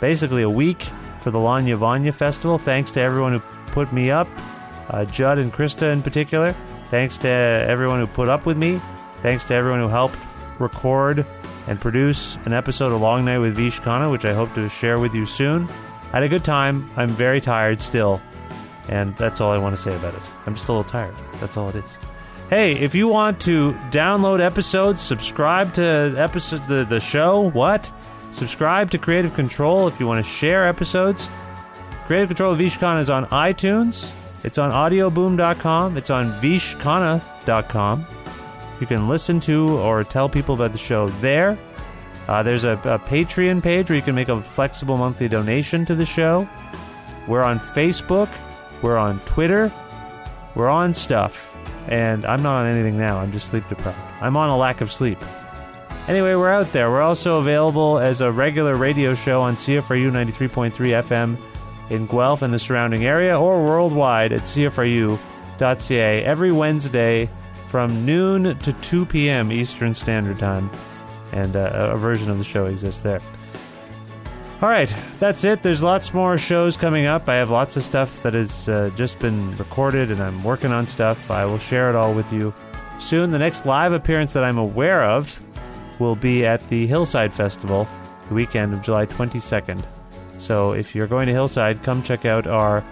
A: basically a week for the Lanya Vanya Festival. Thanks to everyone who put me up, uh, Judd and Krista in particular. Thanks to everyone who put up with me. Thanks to everyone who helped record and produce an episode of Long Night with Vishkana, which I hope to share with you soon. I had a good time. I'm very tired still. And that's all I want to say about it. I'm just a little tired. That's all it is. Hey, if you want to download episodes, subscribe to episode the, the show, what? Subscribe to Creative Control if you want to share episodes. Creative Control of Vishkana is on iTunes. It's on audioboom.com. It's on vishkana.com. You can listen to or tell people about the show there. Uh, there's a, a Patreon page where you can make a flexible monthly donation to the show. We're on Facebook. We're on Twitter. We're on stuff. And I'm not on anything now. I'm just sleep deprived. I'm on a lack of sleep. Anyway, we're out there. We're also available as a regular radio show on CFRU 93.3 FM in Guelph and the surrounding area or worldwide at CFRU.ca every Wednesday from noon to 2 p.m. Eastern Standard Time. And uh, a version of the show exists there. All right, that's it. There's lots more shows coming up. I have lots of stuff that has uh, just been recorded, and I'm working on stuff. I will share it all with you soon. The next live appearance that I'm aware of will be at the Hillside Festival the weekend of July 22nd. So if you're going to Hillside, come check out our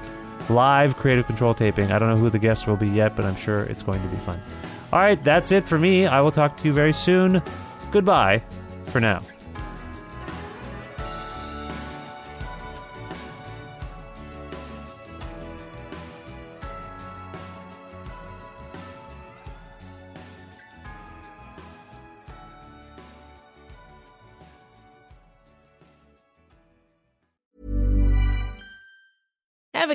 A: live creative control taping. I don't know who the guests will be yet, but I'm sure it's going to be fun. All right, that's it for me. I will talk to you very soon. Goodbye for now.
M: Ever